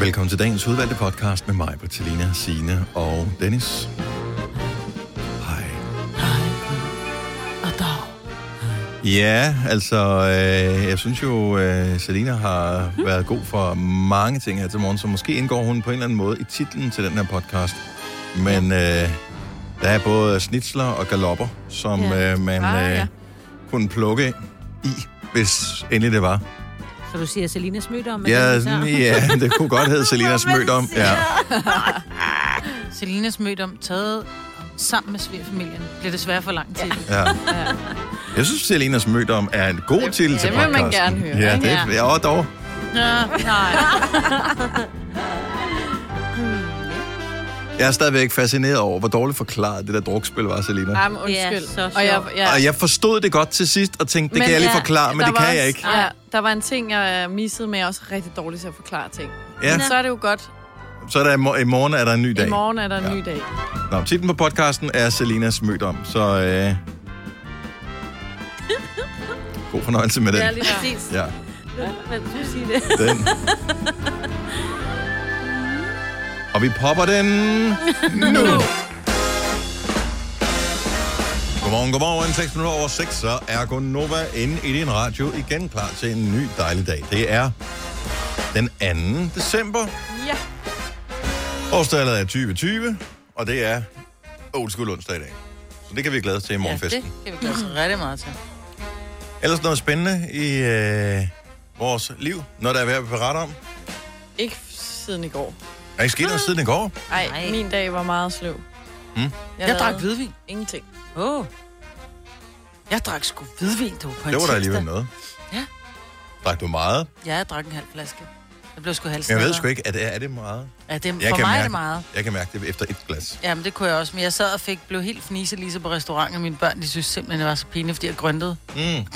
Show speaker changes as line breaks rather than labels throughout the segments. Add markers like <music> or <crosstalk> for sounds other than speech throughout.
velkommen til dagens udvalgte podcast med mig, Bertilina, Sine og Dennis. Hej.
Og dog.
Ja, altså, øh, jeg synes jo, øh, Selina har
Mhm.
været god for mange ting her til morgen, så måske indgår hun på en eller anden måde i titlen til den her podcast. Men øh, der er både snitsler og galopper, som
Ja.
øh, man
Ah,
øh,
ja.
kunne plukke i, hvis endelig det var.
Så du siger Selina Smydom? er
Ja,
den, vi tager?
sådan, ja, det kunne godt
<laughs>
hedde Selinas mødt om. Ja.
Selinas mødt om taget sammen med svigerfamilien. Bliver desværre for lang tid. Ja.
Ja. Jeg synes, Selinas mødt om er en god titel til
det vil
podcasten.
man gerne høre,
Ja,
ikke?
det er ja, dog.
Nå, nej.
Jeg er stadigvæk fascineret over, hvor dårligt forklaret det der drukspil var, Selina.
Ej, men undskyld.
Det er så sjovt.
og jeg, ja.
Og jeg forstod det godt til sidst, og tænkte, det
Men
kan jeg lige
ja,
forklare, men
der
det
var
kan jeg
også-
ikke.
Ja, der var en ting, jeg øh, missede, men jeg er også rigtig dårlig til at forklare ting.
Ja,
Men så er det jo godt.
så er der, i mor- i morgen er der en ny dag.
I morgen er der en
Ja.
ny dag.
Nå, titlen på podcasten er Selinas mødt om,
<laughs>
så øh... god fornøjelse med den.
Ja, lige præcis.
Ja,
Hvad vil du sige det?
den. Og vi popper den nu. Godmorgen, godmorgen. 6 minutter over 6, så er Gonova inde i din radio igen klar til en ny dejlig dag. Det er den 2. december.
Ja.
Årstallet er 2020, og det er Old School onsdag i dag. Så det kan vi glæde os til i
Ja, det
morgenfesten.
kan vi glæde os rigtig meget til.
Ellers noget spændende i øh, vores liv, når der er værd at berette om.
Ikke f- siden i går.
Er ikke sket noget siden i går?
Nej,
Nej.
min dag var meget sløv.
Mm.
Jeg,
Jeg drak
lavede
hvidvin.
Ingenting.
Åh. Oh. Jeg drak sgu hvidvin, du, på en
Det var der
tirsdag.
alligevel noget.
Ja.
Drak du meget?
Ja, jeg drak en halv flaske. Jeg blev sgu halvsteder.
Jeg ved sgu ikke, at det er det meget.
Ja, det,
Jeg
for mig
mærke,
er det meget.
Jeg kan mærke det efter et glas.
Jamen, det kunne jeg også. Men jeg sad og fik, blev helt fnise lige på restauranten, og mine børn, de synes simpelthen, det var så pinligt, fordi jeg grøntede.
Mm.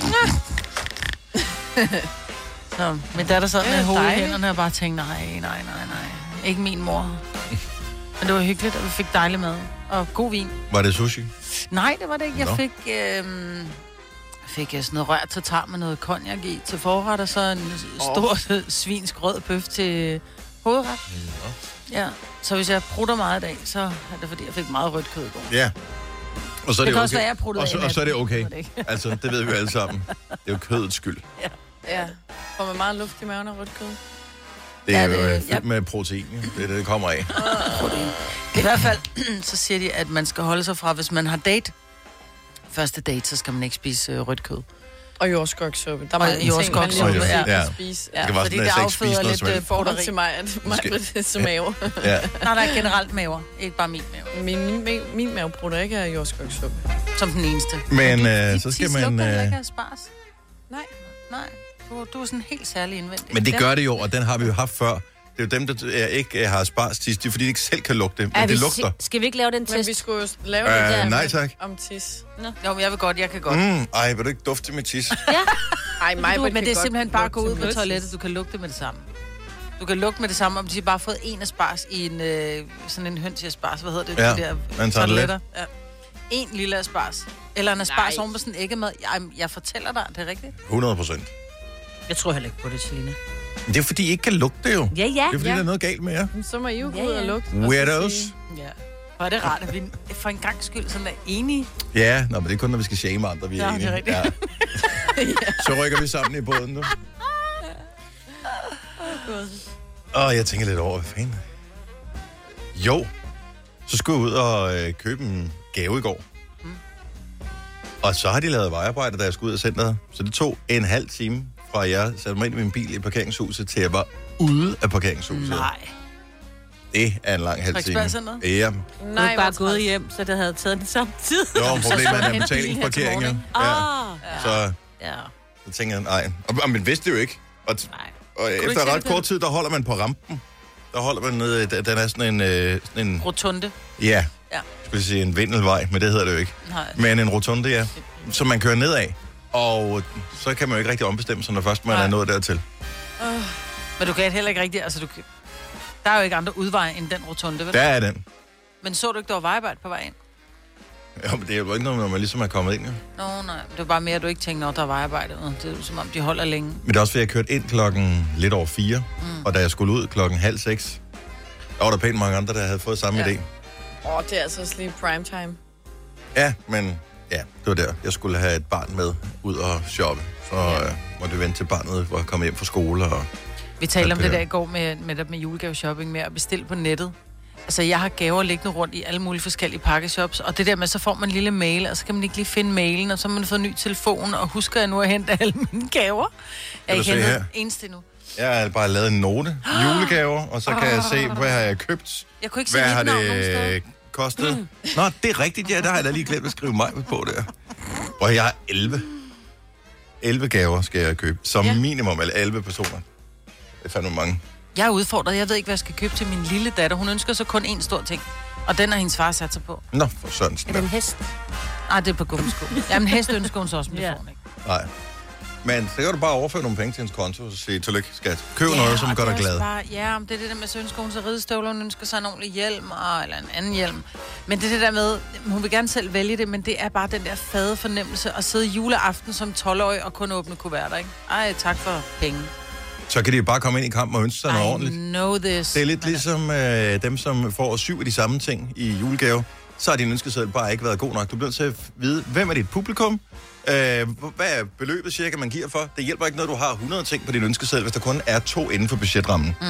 Så min datter sad
Det er
med hovedet i
dejligt.
hænderne og bare tænkte, nej, nej, nej, nej. Ikke min
<laughs>
mor. Men det var hyggeligt, og vi fik dejlig mad. Og god vin.
Var det sushi?
Nej, det var det ikke. Jeg
Nå.
fik, øhm, fik jeg sådan noget rør til tarm med noget konjak i til forret, og så en stor oh. svinsk rød bøf til hovedret. Ja. Så hvis jeg prutter meget i dag, så er det fordi, jeg fik meget rødt kød i går.
Ja. Og så
Det kan
er det, okay.
også være, jeg pruttede
og så,
af
og så er det
natten. Det
okay.
ved jeg ikke.
Altså, det ved vi jo alle sammen. Det er jo kødets skyld.
Ja. Får man meget luft i maven og rødt kød?
Det er
Ja,
jo
det-
øh,
ja.
fyldt med protein. jo. Det er det, det kommer af.
I hvert fald, <clears throat> så siger de, at man skal holde sig fra, hvis man har date, første date, så skal man ikke spise øh, rødt kød.
Og jordskogssuppe. Der var
Og
mange ting, man
jordskogssuppe,
lige
ja.
ja.
Ja.
ja. spise. Ja.
Det kan være
fordi
sådan, at
det
jeg ikke spiser
afføder
noget som
lidt,
helst.
øh,
Forhold til mig, at mig
Måske.
blev det som mave.
Ja.
Nej, der er generelt maver, ikke bare min mave,
Min, min, min, min mave bruger ikke af jordskogssuppe.
som den eneste.
Men øh,
Dit
så
tis
skal
lugter
man...
heller
Øh,
ikke af spars.
Nej.
Nej, du, du er sådan helt særlig indvendig.
men det gør det jo, og den har vi jo haft før. Det er jo dem, der øh, ikke øh, har spars tis. Det er fordi, de ikke selv kan lugte, men
Er vi
det
si-
lugter.
Skal vi ikke lave den
Men
test?
vi skulle jo lave
Øh,
det der
nej,
med-
tak.
om tis.
Jo, men jeg vil godt, jeg kan godt.
Mm, ej, vil du ikke dufte til mit tis?
Ja.
Ej, mig,
Du, men det er simpelthen bare at gå ud på toilettet. Du kan lugte med det samme. Du kan lugte med det samme, om de har bare har fået en spars i en, øh, sådan en høns i spars. Hvad hedder det?
Ja,
de der
man tager det let.
tarteletter. Ja. En lille asparges. Eller en asparges oven på sådan en æggemad. Jeg, jeg fortæller dig, det er rigtigt.
100 procent.
Jeg tror heller ikke på det, Selina.
Det er fordi, I ikke kan lugte jo.
Ja, ja.
Det er fordi,
ja.
der er noget galt med jer.
Så må I jo gå
Ja,
ud og
ja.
lugte. og så
Weirdos.
sige-
Ja. Hvor er det rart, at vi for en gang skyld sådan er enige.
Ja, nå, men det er kun, når vi skal shame andre, vi er
Ja, det
enige.
er rigtigt. <laughs>
Ja. Så rykker vi sammen i båden nu. Og jeg tænker lidt over, hvad fanden... Jo, så skulle jeg ud og øh, købe en gave i går.
Mm.
Og så har de lavet vejarbejde, da jeg skulle ud af centret. Så det tog en halv time fra jeg satte mig ind i min bil i parkeringshuset, til jeg var ude af parkeringshuset.
Nej.
Det er en lang halv time.
Frederiksbergcenteret? <laughs>
Ja.
Du
Nej,
er bare
hvor
gået
træls.
hjem, så det havde taget den samme tid.
Det var problemet med
man en
den
bil her til
betalingsparkering.
morgen,
ja. Ja.
Ah.
Så
Ja.
Så tænker jeg, nej. Og, og man vidste det jo ikke. Og, t-
Nej.
og
du ikke
efter
se
ret
det?
kort tid, der holder man på rampen. Der holder man nede, der, der er sådan en, øh, sådan en,
Rotunde.
ja,
Ja.
skulle jeg sige en vindelvej, men det hedder det jo ikke.
Nej.
Men en rotunde, ja, som man kører nedad. Og så kan man jo ikke rigtig ombestemme sig, når først man
Nej.
er nået dertil.
Men du kan heller ikke rigtigt, altså du kan... Der er jo ikke andre udveje end den rotunde, vel?
Der er den.
Men så du ikke, der var vejarbejde på vej ind?
Jo, men det er jo ikke noget, når man ligesom er kommet ind. jo.
Nå, nej. Det var bare mere, at du ikke tænkte, når der er vejarbejde. Nå, Det er jo som om, de holder længe.
Men det er også, fordi jeg kørte ind klokken lidt over fire, mm. og da jeg skulle ud klokken halv seks, der var der pænt mange andre, der havde fået samme ja.
Ja.
idé.
Åh, oh, det er altså også lige prime time.
Ja, men ja, det var der. Jeg skulle have et barn med ud og shoppe. Så øh, måtte vi vente til barnet var kommet hjem fra skole. Og...
Vi talte
Ja,
om
det
det
er-
der i går med, med, det med julegave-shopping med at bestille på nettet. Altså, jeg har gaver liggende rundt i alle mulige forskellige pakkeshops, og det der med, så får man en lille mail, og så kan man ikke lige finde mailen, og så har man fået en ny telefon, og husker jeg nu at hente alle mine gaver? Jeg har
du
ikke
se
hentet
her?
en eneste endnu.
Jeg har bare lavet en
<gasps>
note, julegaver, og så kan jeg se, hvad har jeg købt,
Ah. Jeg kunne ikke se
hvad
mit
har
navn nogen steder. Mm.
det øh, kostet. Nå, det er rigtigt, ja, der har jeg da lige glemt at skrive mig på der. Og jeg har 11. 11 gaver skal jeg købe, som ja.
Ja.
minimum, eller 11 personer. Det er fandme mange.
Jeg er udfordret. Jeg ved ikke, hvad jeg skal købe til min lille datter. Hun ønsker så kun én stor ting. Og den har hendes far sat sig på.
Nå, for sådan
Er det
sådan der.
en hest?
Nej, det er på gummisko. Jamen, hest ønsker hun så også, men det
Ja.
får hun ikke.
Nej. Men så kan du bare overføre nogle penge til hendes konto og sige, tillykke skat. Køb noget, som
og
gør
det
dig
er også
glad.
Bare, ja, men det er det der med, så ønsker hun sig ridestøvler, hun ønsker sig en ordentlig hjelm, og, eller en anden hjelm. Men det er det der med, hun vil gerne selv vælge det, men det er bare den der fade fornemmelse at sidde juleaften som 12-årig og kun åbne kuverter, ikke? Ej, tak for penge.
Så kan de jo bare komme ind i kampen og ønske sig noget
I
ordentligt.
know this.
Det er lidt ligesom øh, dem, som får syv af de samme ting i julegave. Så har din ønskeseddel bare ikke været god nok. Du bliver nødt til at vide, hvem er dit publikum? Øh, hvor- hvad er beløbet cirka, man giver for? Det hjælper ikke, når du har 100 ting på din ønskeseddel, hvis der kun er to inden for budgetrammen. Mm.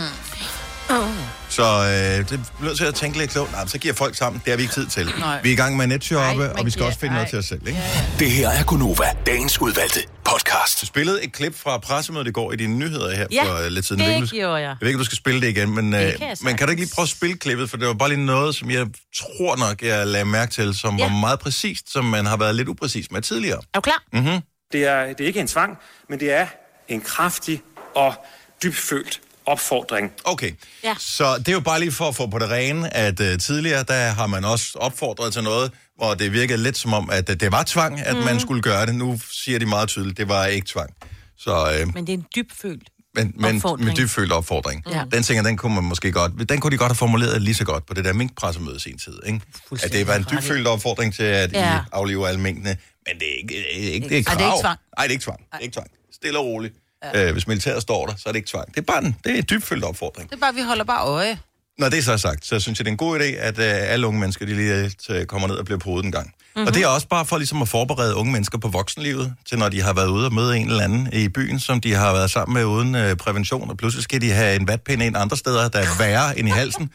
Så øh, det bliver nødt til at tænke lidt klogt. Nej, men så giver folk sammen. Det har vi ikke tid til.
Nej.
Vi er i gang med
Ej,
netshoppe,
man
og vi skal
giver-
også finde noget
ej.
til os selv. Ikke?
Det her er Gunova, dagens udvalgte podcast.
spillede et klip fra pressemødet i går i dine nyheder her
Ja,
for øh, lidt siden.
det
Jeg ved ikke, om du-
gjorde jeg.
Jeg ved ikke, om du skal spille det igen, men, øh,
kan jeg
men kan du ikke lige prøve at spille klippet, for det var bare lige noget, som jeg tror nok, jeg lagde mærke til, som ja.
Ja.
var meget præcist, som man har været lidt upræcis med tidligere.
Er du klar? Mm.
Det er, det er ikke en tvang, men det er en kraftig og dybfølt opfordring.
Okay,
Ja.
så det er jo bare lige for at få på det rene, at øh, tidligere, der har man også opfordret til noget, hvor det virkede lidt som om, at øh, det var tvang,
Mhm.
at mm. man skulle gøre det. Nu siger de meget tydeligt, det var ikke tvang. Så, øh,
Men det er en dybfølt.
men, men med
Opfordring.
dybfølt opfordring.
Ja.
Den tænker, den kunne man måske godt, den kunne de godt have formuleret lige så godt på det der minkpressemøde i sin tid, ikke? At det var en dybfølt opfordring til, at ja.
Ja.
I aflever alle minkene, men det er ikke, det er ikke det er
Ej,
krav.
det er ikke tvang.
Nej, det er ikke tvang. Det er ikke tvang. Stille og roligt. Ja. Øh, hvis militæret står der, så er det ikke tvang. Det er bare den, det er en dybfølt opfordring.
Det er bare, vi holder bare øje.
Når det så er sagt, så synes jeg, det er en god idé, at øh, alle unge mennesker, de lige øh, kommer ned og bliver podet en gang. Mm-hmm. Og det er også bare for ligesom at forberede unge mennesker på voksenlivet, til når de har været ude og møde en eller anden i byen, som de har været sammen med uden øh, prævention, og pludselig skal de have en vatpind ind andre steder, der er værre end i halsen.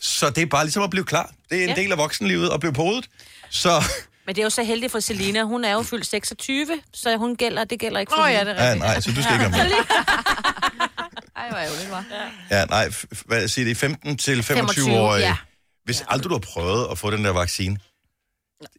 Så det er bare ligesom at blive klar. Det er en ja.
Ja.
del af voksenlivet at blive podet. Så,
Men det er jo så heldigt for Selina. Hun er jo fyldt 26, så hun gælder, det gælder ikke for
Åh oh,
hende.
ja, det er
ja,
rigtigt.
nej, så du skal ikke have med.
Ej, hvor ærgerligt, var.
Ja, nej, f- f- hvad siger det, 15 til 25 år.
25,
Ja.
ja.
Hvis aldrig du har prøvet at få den der vaccine,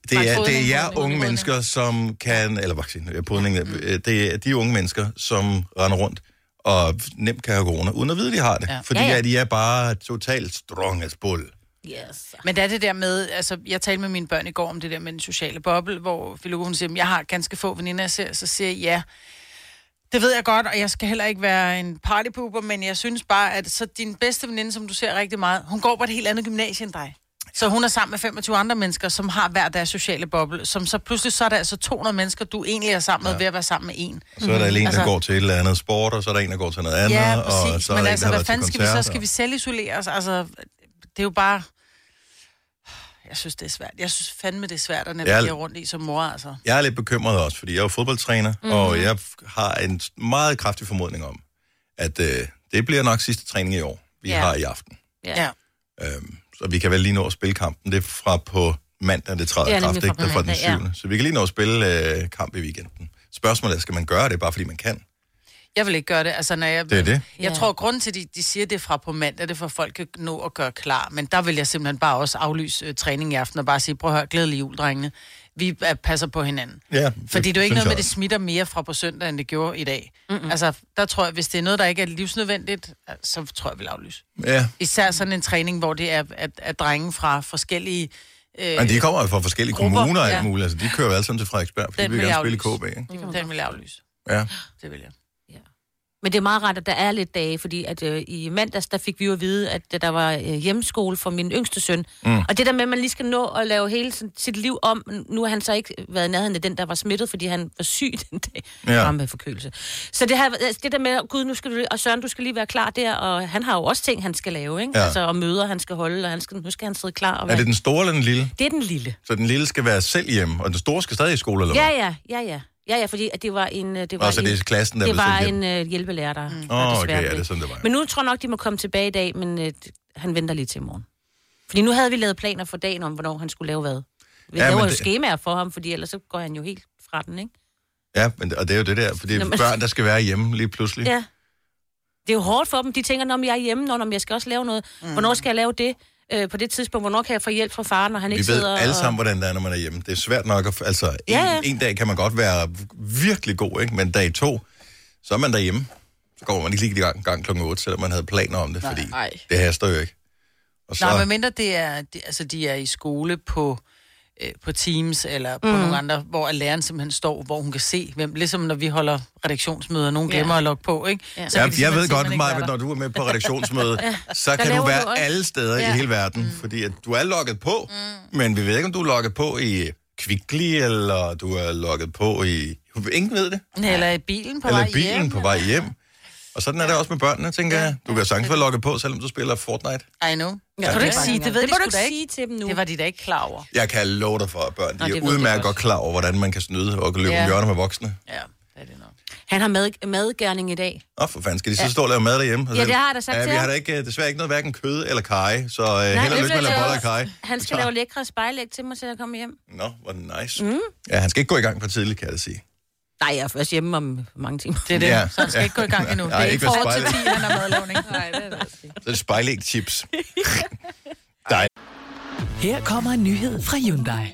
det
Nej,
er, det er
podning,
jer
podning,
unge
podning.
mennesker, som kan, eller vaccine, ja, podning, øh, det er de unge mennesker, som render rundt og nemt kan have corona, uden at vide, de har det. Ja. Fordi ja,
Ja,
ja.
ja.
At de er bare totalt strong as bull.
Yes.
Men det er det der med, altså jeg talte med mine børn i går om det der med den sociale boble, hvor Filippa hun siger, "Men jeg har ganske få veninder, jeg ser, så siger jeg ja. Det ved jeg godt, og jeg skal heller ikke være en partypooper, men jeg synes bare, at så din bedste veninde, som du ser rigtig meget, hun går på et helt andet gymnasie end dig. Så hun er sammen med 25 andre mennesker, som har hver deres sociale boble, som så pludselig så er der altså 200 mennesker, du egentlig er sammen med, ved at være sammen med en.
Og så er der mm-hmm. en, der
Altså-
går til et eller andet sport, og så er der en, der går til noget andet.
Ja,
Og
præcis.
så er
Men
der
altså,
en, der
hvad
har været
fanden
til
skal vi så?
koncert,
Skal
og-
vi selv isolere os? Altså, det er jo bare... Jeg synes, det er svært. Jeg synes fandme, det er svært at navigere
Ja.
rundt i som mor, altså.
Jeg er lidt bekymret også, fordi jeg er jo fodboldtræner,
Mhm.
mm-hmm. og jeg har en meget kraftig formodning om, at øh, det bliver nok sidste træning i år, vi ja.
Ja.
har i aften.
Ja.
Ja.
Øhm, så vi kan vel lige nå at spille kampen. Det er fra på mandag, det træder
Det
i
er
kraft,
nemlig
ikke?
fra
Det er
på
fra den
mandag, ja.
7. Så vi kan lige nå at spille øh, kamp i weekenden. Spørgsmålet er, skal man gøre det, bare fordi man kan?
Jeg vil ikke gøre det. Altså, når jeg,
Det er det.
Jeg
Ja.
tror, grunden til, at de, de siger det er fra på mandag, det er for, at folk kan nå at gøre klar. Men der vil jeg simpelthen bare også aflyse øh, træning i aften og bare sige, prøv at høre, glædelig jul, drengene. Vi øh, passer på hinanden.
Ja,
Fordi det er jo ikke
synes
noget med,
jeg
at det
også.
smitter mere fra på søndag, end det gjorde i dag. Mm-mm. Altså, der tror jeg, hvis det er noget, der ikke er livsnødvendigt, øh, så tror jeg, jeg vil aflyse.
Ja,
Især sådan en træning, hvor det er, at, at drenge fra forskellige... Øh,
men de kommer jo fra forskellige
Grupper,
kommuner og alt
ja.
muligt. Altså, de kører jo alle sammen til Frederiksberg, fordi
Den
vi
vil
gerne
jeg
spille i
aflyse.
KB, ikke?
den vil jeg aflyse.
Ja.
Det vil jeg.
Men det er meget rart, at der er lidt dage, fordi at, øh, i mandags, der fik vi jo at vide, at øh, der var øh, hjemmeskole for min yngste søn. Mm. Og det der med, at man lige skal nå at lave hele sin, sit liv om, nu har han så ikke været i nærheden af den, der var smittet, fordi han var syg <laughs> den dag.
Ja.
Ja. Ramme af forkølelse. Så det, her, altså, det der med, gud, nu skal du, og Søren, du skal lige være klar der, og han har jo også ting, han skal lave, ikke?
Ja.
Ja. Altså, og møder, han skal holde, og han skal, nu skal han sidde klar. Og
Er det den store eller den lille?
det er den lille.
Så den lille skal være selv hjemme, og den store skal stadig i skole, eller
Ja,
hvad?
ja, ja, ja. Ja, ja, fordi at det var en... øh, Det var
Nå, så
en,
det er klassen, der
det
vil
var
sende
en øh, hjælpelærer, der mm.
Åh, okay, ja, det er sådan, det var, ja.
Men nu tror jeg nok, de må komme tilbage i dag, men øh, han venter lige til i morgen. Fordi nu havde vi lavet planer for dagen om, hvornår han skulle lave hvad. Vi
Ja,
ja, laver
men
jo
det-
det... skemaer for ham, fordi ellers så går han jo helt fra den, ikke?
Ja, men, og det er jo det der, fordi
Nå,
Nå,
men-
børn, der skal være hjemme lige pludselig.
Ja. Det er jo hårdt for dem. De tænker, når jeg er hjemme, når jeg skal også lave noget. Mm. Hvornår skal jeg lave det? Øh, på det tidspunkt, hvornår kan jeg få hjælp fra faren, når han ikke
Vi ved
sidder
alle
og...
sammen, hvordan det er, når man er hjemme. Det er svært nok. At, f- altså, en,
Ja, ja.
en dag kan man godt være virkelig god, ikke? men dag to, så er man derhjemme. Så går man ikke lige i gang, gang klokken 8, selvom man havde planer om det, nej, fordi nej.
nej.
det haster jo ikke. Og så,
Nej,
nej,
men
men...
mindre det er, det, altså de er i skole på, øh, på Teams eller på mm. nogle andre, hvor læreren simpelthen står, hvor hun kan se, hvem, ligesom når vi holder redaktionsmøder, nogen
Ja.
glemmer at logge på, ikke? Ja.
jeg, jeg ved godt, Maja, men når du er med på <laughs> redaktionsmøde, så kan du
laver
være
du også-
alle steder ja. i
Ja.
hele verden, mm. fordi at du er logget på, mm. men vi ved ikke, om du er logget på i Kvickly, eller du er logget på i... Ingen ved det.
Eller i bilen på
eller
vej
i bilen
hjem.
på vej hjem. Og sådan er det også med børnene, tænker jeg. Du kan sagtens være logget på, selvom du spiller Fortnite.
I know. Ja. Kan
Ja.
du ikke sige, det ved
det
de
må du
sgu da
ikke
ikke.
sige til dem nu.
Det var de da ikke klar over.
Jeg kan love dig for, at børn de
Nå, det
er
ved de
udmærket
godt.
godt klar over, hvordan man kan snyde og løbe ja.
Ja.
hjørner med voksne.
Ja, det er det nok.
Han har mad, madgærning i dag.
Åh, for fanden, skal de så stå og lave mad derhjemme?
Ja, det har jeg da sagt
ja,
til
vi har
ham.
da ikke, øh, desværre ikke noget hverken kød eller kaj, så uh, held og
det
lykke med at lave
bliver
boller
det
og kaj.
Han skal lave lækre spejlæg til mig, til jeg kommer hjem.
Nå, hvor nice. Mm. Ja, han skal ikke gå i gang for tidligt, kan jeg da sige.
Nej, jeg er først hjemme om mange timer.
Det er det.
Ja.
Ja. Så han skal ikke gå i gang endnu.
Nej,
det er
ikke
ikke
ved
forhold til 10,
spejlet.
han har madlavning.
Nej, det er det. altså ikke.
Så er det spejlæg chips.
Her kommer en nyhed fra Hyundai.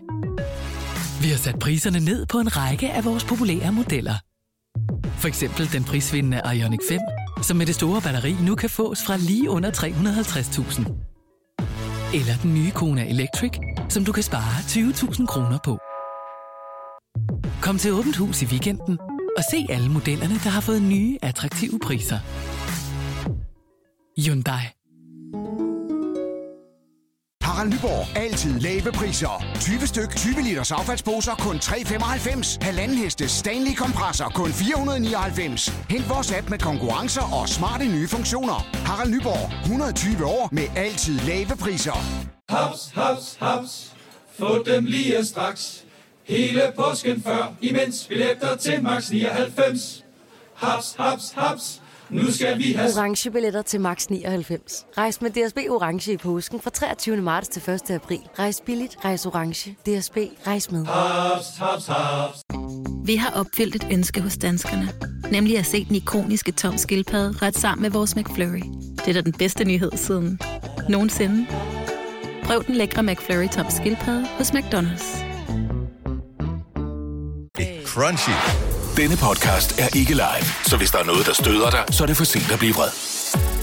Vi har sat priserne ned på en række af vores populære modeller. For eksempel den prisvindende Ioniq 5, som med det store batteri nu kan fås fra lige under 350.000. Eller den nye Kona Electric, som du kan spare 20.000 kroner på. Kom til Åbent Hus i weekenden og se alle modellerne, der har fået nye, attraktive priser. Hyundai.
Harald Nyborg. Altid lave priser. 20 styk, 20 liters affaldsposer kun 3,95. Halvanden heste Stanley kompresser, kun 499. Hent vores app med konkurrencer og smarte nye funktioner. Harald Nyborg. 120 år med altid lave priser.
Haps, haps, haps. Få dem lige straks. Hele påsken før, imens billetter til max 99. Haps, haps, haps. Nu skal vi have
Orange billetter til max 99. Rejs med DSB Orange i påsken fra 23. marts til 1. april. Rejs billigt, rejs orange. DSB, rejs med.
haps, haps, haps.
Vi har opfyldt et ønske hos danskerne. Nemlig at se den ikoniske tom skildpadde ret sammen med vores McFlurry. Det er da den bedste nyhed siden nogensinde. Prøv den lækre McFlurry tom skildpadde hos McDonald's.
Crunchy.
Denne podcast er ikke live, så hvis der er noget, der støder dig, så er det for sent at blive vred.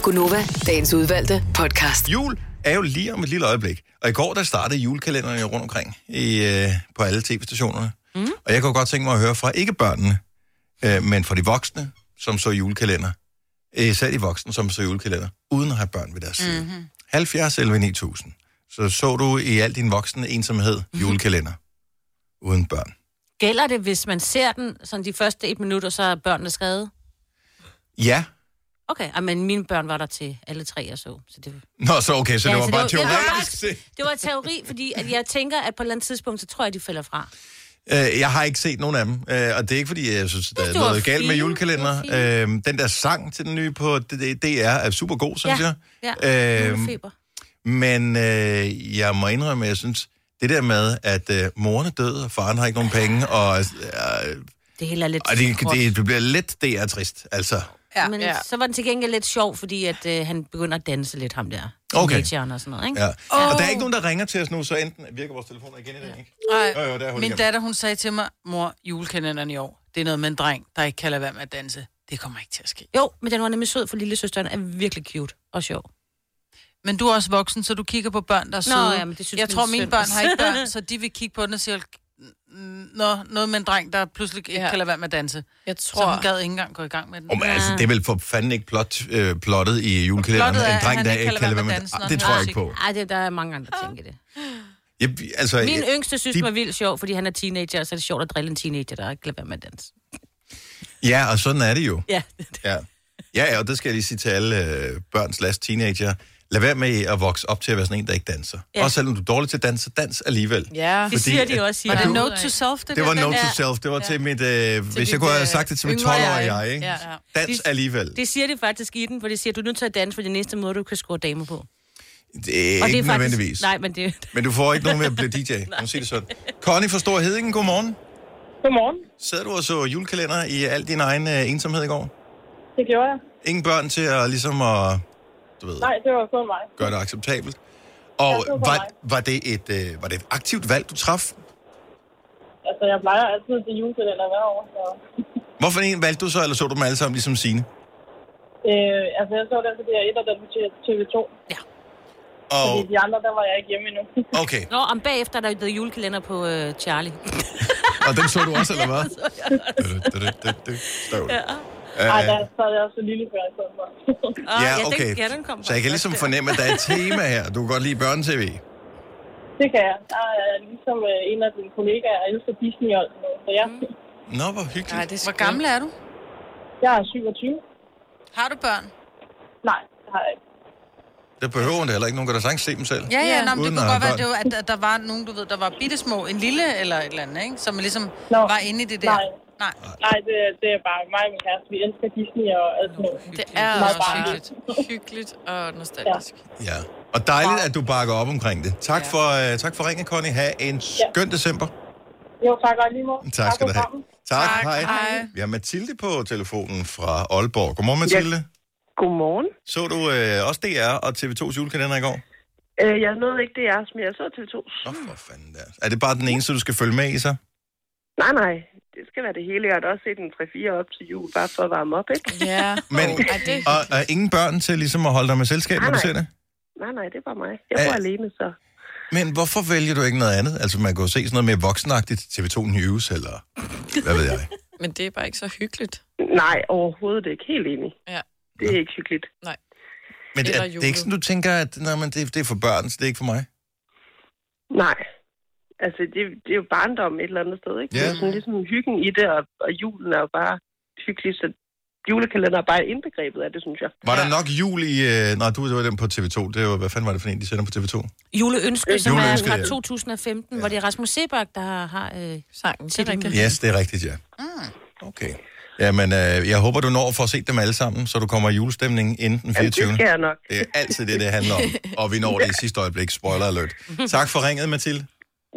Gunova, dagens udvalgte podcast.
Jul er jo lige om et lille øjeblik. Og i går, der startede julekalenderen jo rundt omkring i, øh, på alle tv-stationerne. Mm. Og jeg kunne godt tænke mig at høre fra ikke børnene, øh, men fra de voksne, som så julekalender. Øh, Især de voksne, som så julekalender, uden at have børn ved deres side. Mm-hmm. 70 eller 9000. Så så du i al din voksne ensomhed julekalender. Uden børn.
Gælder det, hvis man ser den sådan de første et minut, og så er børnene skrevet?
Ja.
Okay, ah, men mine børn var der til alle tre, jeg så. så det...
Nå, så okay, så ja, det var
så
bare
det var- det var
teoretisk set.
det var teori, fordi at jeg tænker, at på et eller andet tidspunkt, så tror jeg, de falder fra.
Øh, jeg har ikke set nogen af dem, øh, og det er ikke, fordi jeg synes, der er
det var
noget galt med
fint.
julekalender.
Det
Øh, den der sang til den nye på D- D- DR er super god, synes
ja,
jeg.
ja.
Øhm,
Julefeber.
Men øh, jeg må indrømme, at jeg synes, det der med, at øh, moren er død, og faren har ikke nogen penge, og, øh,
Det hele er lidt...
og det,
gråt.
det, det bliver lidt DR-trist, altså.
Ja, men
ja.
ja. så var den til gengæld lidt sjov, fordi at, øh, han begynder at danse lidt, ham der.
Okay.
Teenageren og sådan noget, ikke?
Ja. Oh. Og der er ikke nogen, der ringer til os nu, så enten virker vores telefoner igen i dag, ikke? Jo, jo, der er
Nej,
hul
min
igennem.
datter, hun sagde til mig, mor, julekalenderen i år, det er noget med en dreng, der ikke kan lade være med at danse. Det kommer ikke til at ske.
Jo, men den var nemlig sød, for lille søsteren er virkelig cute og sjov.
Men du er også voksen, så du kigger på børn, der er
Nå,
søde.
ja, men det synes
jeg
vi
tror,
er
mine
synd.
børn har ikke børn, så de vil kigge på den og sige, Nå, noget med en dreng, der pludselig ikke ja. kan lade være med at danse. Jeg tror... Så hun gad ikke engang gå i gang med den.
Oh, men, altså, det er vel for fanden ikke plot, øh, plottet i julekalenderen.
Plottet er,
En
at
dreng,
han
der
ikke
ikke
kan lade være
kan lade være
med
med at danse. Ah, Det tror jeg ikke på.
Ej, det, der er mange andre ting i det.
Jeg, altså,
Min
jeg-
yngste synes, de... var vildt sjov, fordi han er teenager, og så er det sjovt at drille en teenager, der ikke lader være med at danse.
Ja, og sådan er det jo.
Ja.
Ja, ja, ja og det skal jeg lige sige til alle øh, børn slash teenager. Lad være med at vokse op til at være sådan en, der ikke danser.
Ja.
Ja. Også selvom du er dårlig til at danse, så dans alligevel.
Ja.
Fordi at-
Var det
du-
note to self, det,
Det var
der?
note
Ja.
to self. Det var til mit... Øh, hvis
mit,
jeg kunne have
øh,
sagt det til mit
yngre
12-årige
jeg,
jeg, ikke?
ja,
Ja,
ja.
ja. Dans alligevel.
Det siger de faktisk i den, for det siger, du er nødt til at danse, for det er den eneste måde, du kan score damer på.
Det er ikke nødvendigvis.
Nej, men det...
Men du får ikke nogen med at blive <laughs> DJ. Lad mig sige det sådan. Connie fra Stor Hedingen, godmorgen.
Godmorgen.
Sad du og så julekalender i al din egen øh, ensomhed i går?
Det gjorde jeg.
Ingen børn til at ligesom at
Nej, det var kun mig.
gøre det acceptabelt. Og
det var
var, var, det et, øh, var det et aktivt valg, du traf?
Altså, jeg plejer altid til julekalender hver år, så...
Hvorfor en valgte du så, eller så du dem alle sammen ligesom sine?
Øh, altså, jeg så den på DR1 og den på TV2.
Ja.
Og,
Fordi de andre, der var jeg ikke hjemme endnu.
okay,
Nå, om bagefter er der blevet julekalender på øh, Charlie.
og den så du også, eller
<laughs>
hvad? Støvligt.
Ja.
Ej,
Øh,
der sad jeg også så lille før, jeg så den var.
ja, okay. Så jeg kan ligesom fornemme, at der er et tema her. Du kan godt lide børnetv.
<laughs> Det kan jeg. Der er ligesom øh, en af dine kollegaer, jeg elsker Disney og alt sådan noget, så ja.
Nå, hvor hyggeligt.
Nej, det
Hvor gammel er du?
<laughs> Jeg er 27.
Har du børn?
Nej, det har jeg ikke.
Det behøver hun da heller ikke. Nogen kan da sagtens se dem selv.
Ja, ja, nå, men det
Uden
kunne
at
godt være,
have
det var,
børn.
at, at der var nogen, du ved, der var bittesmå, en lille eller et eller andet, ikke? Som ligesom Nå. var inde i det der.
Nej.
Nej.
Nej, det, det er bare mig og min kæreste. Vi elsker Disney og alt sådan noget.
Det er også
Meget barnligt.
hyggeligt. hyggeligt og nostalgisk.
Og dejligt, at du bakker op omkring det. Tak for, uh, tak for ringe, Connie. Ha' en skøn december.
Jo, tak og i lige måde.
Tak skal
for
du have.
programmet.
Tak,
Tak,
hej.
hej.
Vi har Mathilde på telefonen fra Aalborg. Godmorgen,
Ja.
Mathilde.
Godmorgen.
Så du øh, også DR og TV2's julekalender i går?
Øh, jeg nåede ikke det, jeg men jeg så TV2.
Nå,
Mm.
for fanden der. Er det bare den eneste, du skal følge med i så?
Nej, nej. Det skal være det hele. Jeg har da også set en 3-4 op til jul, bare for at varme op, ikke?
Ja.
Men, og, og ingen børn til ligesom at holde dig med selskab,
Nej,
når du
nej.
ser det?
Nej, nej, det er bare mig. Jeg bor alene, så...
Men hvorfor vælger du ikke noget andet? Altså, man kan jo se sådan noget mere voksenagtigt. TV2 News, eller hvad ved
<laughs>
jeg.
Men det er bare ikke så hyggeligt.
Nej, overhovedet ikke. Helt enig.
Ja.
Det er ikke hyggeligt.
Nej.
Men det er,
Eller
det er ikke sådan, du tænker, at nej, men det, det er for børn, så det er ikke for mig?
Nej. Altså, det, det er jo barndom et eller andet sted, ikke?
Ja.
Det er sådan ligesom hyggen i det, og, og julen er jo bare hyggelig, så julekalender er bare indbegrebet af det, synes jeg.
Var der nok jul i... Øh, nej, du det var den på TV2. Det var, hvad fanden var det for en, de sender på TV2?
Mm.
Juleønske, som er
Juleønsket,
fra
ja.
2015, hvor det er Rasmus Sebak, der har, har øh, sangen til den.
Yes, det er rigtigt, ja.
Mm.
Okay. Jamen, øh, jeg håber, du når at få set dem alle sammen, så du kommer i julestemningen inden den 24.
det skal jeg nok.
Det er altid det, det handler om. Og vi når det i sidste øjeblik. Spoiler alert. Tak for ringet, Mathilde.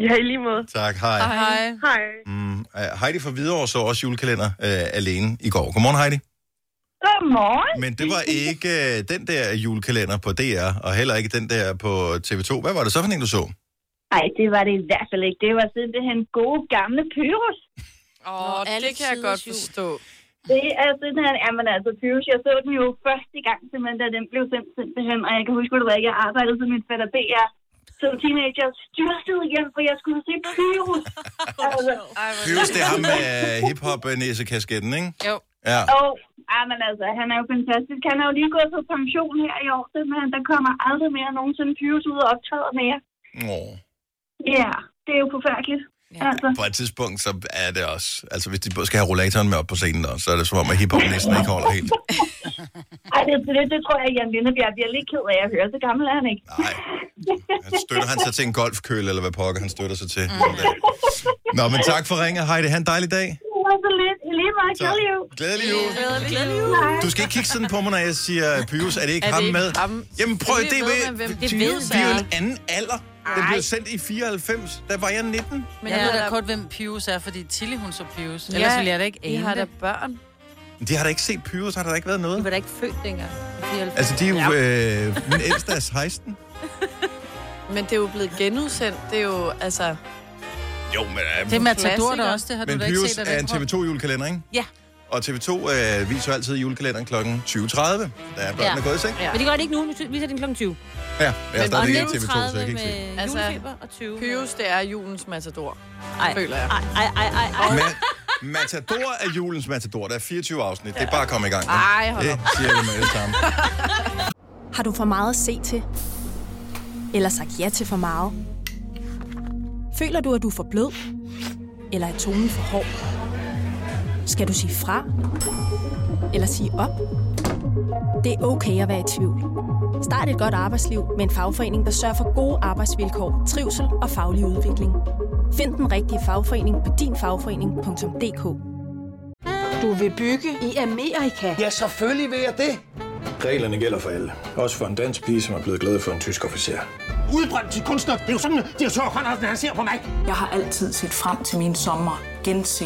Ja, i lige måde.
Tak, hej.
Hej. Hej.
Mm, øh, Heidi fra Hvidovre så også julekalender øh, alene i går. Godmorgen, Heidi.
Godmorgen.
Men det var ikke øh, den der julekalender på DR, og heller ikke den der på TV2. Hvad var det så for en, du så?
Nej, det var det i hvert fald ikke. Det var simpelthen gode gamle Pyrus.
Åh, oh, det kan jeg godt forstå.
Det er simpelthen, ja, men altså Pyrus, jeg så den jo første gang, simpelthen, da den blev sendt simpelthen, og jeg kan huske, at jeg arbejdede som min fætter BR som teenager, styrtede hjem, for jeg skulle se Pyrus. altså,
Pyrus, det er ham med øh, hiphop-næsekasketten, ikke?
Jo.
Ja.
Og, ah, men altså, han er jo fantastisk. Han er jo lige gået på pension her i år, simpelthen. Der kommer aldrig mere nogensinde Pyrus ud og optræder mere.
Åh.
Ja, det er jo forfærdeligt. Ja. Altså.
På et tidspunkt, så er det også... Altså, hvis de skal have rollatoren med op på scenen, der, så er det som om, at hiphop næsten ikke holder helt.
Ej, det, det, det tror jeg, Jan Lindebjerg bliver lidt ked af at høre. Så gammel er han ikke.
Støtter han sig til en golfkøl, eller hvad pokker han støtter sig
Mm.
til? Nå, men tak for ringet, Heidi. Ha' en dejlig dag.
Det var så lidt. I lige meget. Glædelig jul.
Glædelig jul.
Glædelig jul.
Du skal ikke kigge sådan på mig, når jeg siger øh, Pyrus. Er det ikke
Er det
ham
ikke
med?
ham?
Jamen prøv,
Det ved
det, det,
man, hvem
ved,
det ved,
det, vi er jo
så.
en anden alder. Den
Ej.
blev sendt i 94. Der var jeg 19.
Men jeg ved da godt, hvem Pius er, fordi Tilly, hun så Pius.
Ja,
Ellers ville jeg da ikke
I
ane
har da
børn.
De har da ikke set Pyrus, har der da ikke været noget.
var da ikke født dengang.
Altså, de er jo... Øh, min ældste er 16.
Men det er jo blevet genudsendt. Det er jo, altså...
Jo, men... øh,
Det er Matador da også, det har du
men
da ikke
Pyrus
set, at den
er en
kom.
TV2-julekalender, ikke?
Ja.
Og TV2 øh, viser jo altid julekalenderen kl. 20.30. Der er børnene ja. gået i seng.
Ja. Men det gør det ikke nu, nu ty- viser den kl. 20.
Ja, jeg er
Men-
stadig
og
ikke TV2, så jeg kan ikke se.
med altså, julefeber og 20. Pyrus, det er julens matador,
Ej.
føler jeg.
Ej, ej, ej, ej.
Ma- Matador er julens Matador. Der er 24 afsnit. Det er bare at komme i gang.
Ej, hold
det
op.
siger jeg med det samme.
Har du for meget at se til? Eller sagt ja til for meget? Føler du, at du er for blød? Eller er tonen for hård? Skal du sige fra? Eller sige op? Det er okay at være i tvivl. Start et godt arbejdsliv med en fagforening, der sørger for gode arbejdsvilkår, trivsel og faglig udvikling. Find den rigtige fagforening på dinfagforening.dk Du vil bygge i Amerika? Ja, selvfølgelig vil jeg det.
Reglerne gælder for alle. Også for en dansk pige, som er blevet glad for en tysk officer.
Udbrændt til kunstner. Det er jo sådan, at de har tørt, han ser på mig. Jeg har altid set frem til min sommer. Gense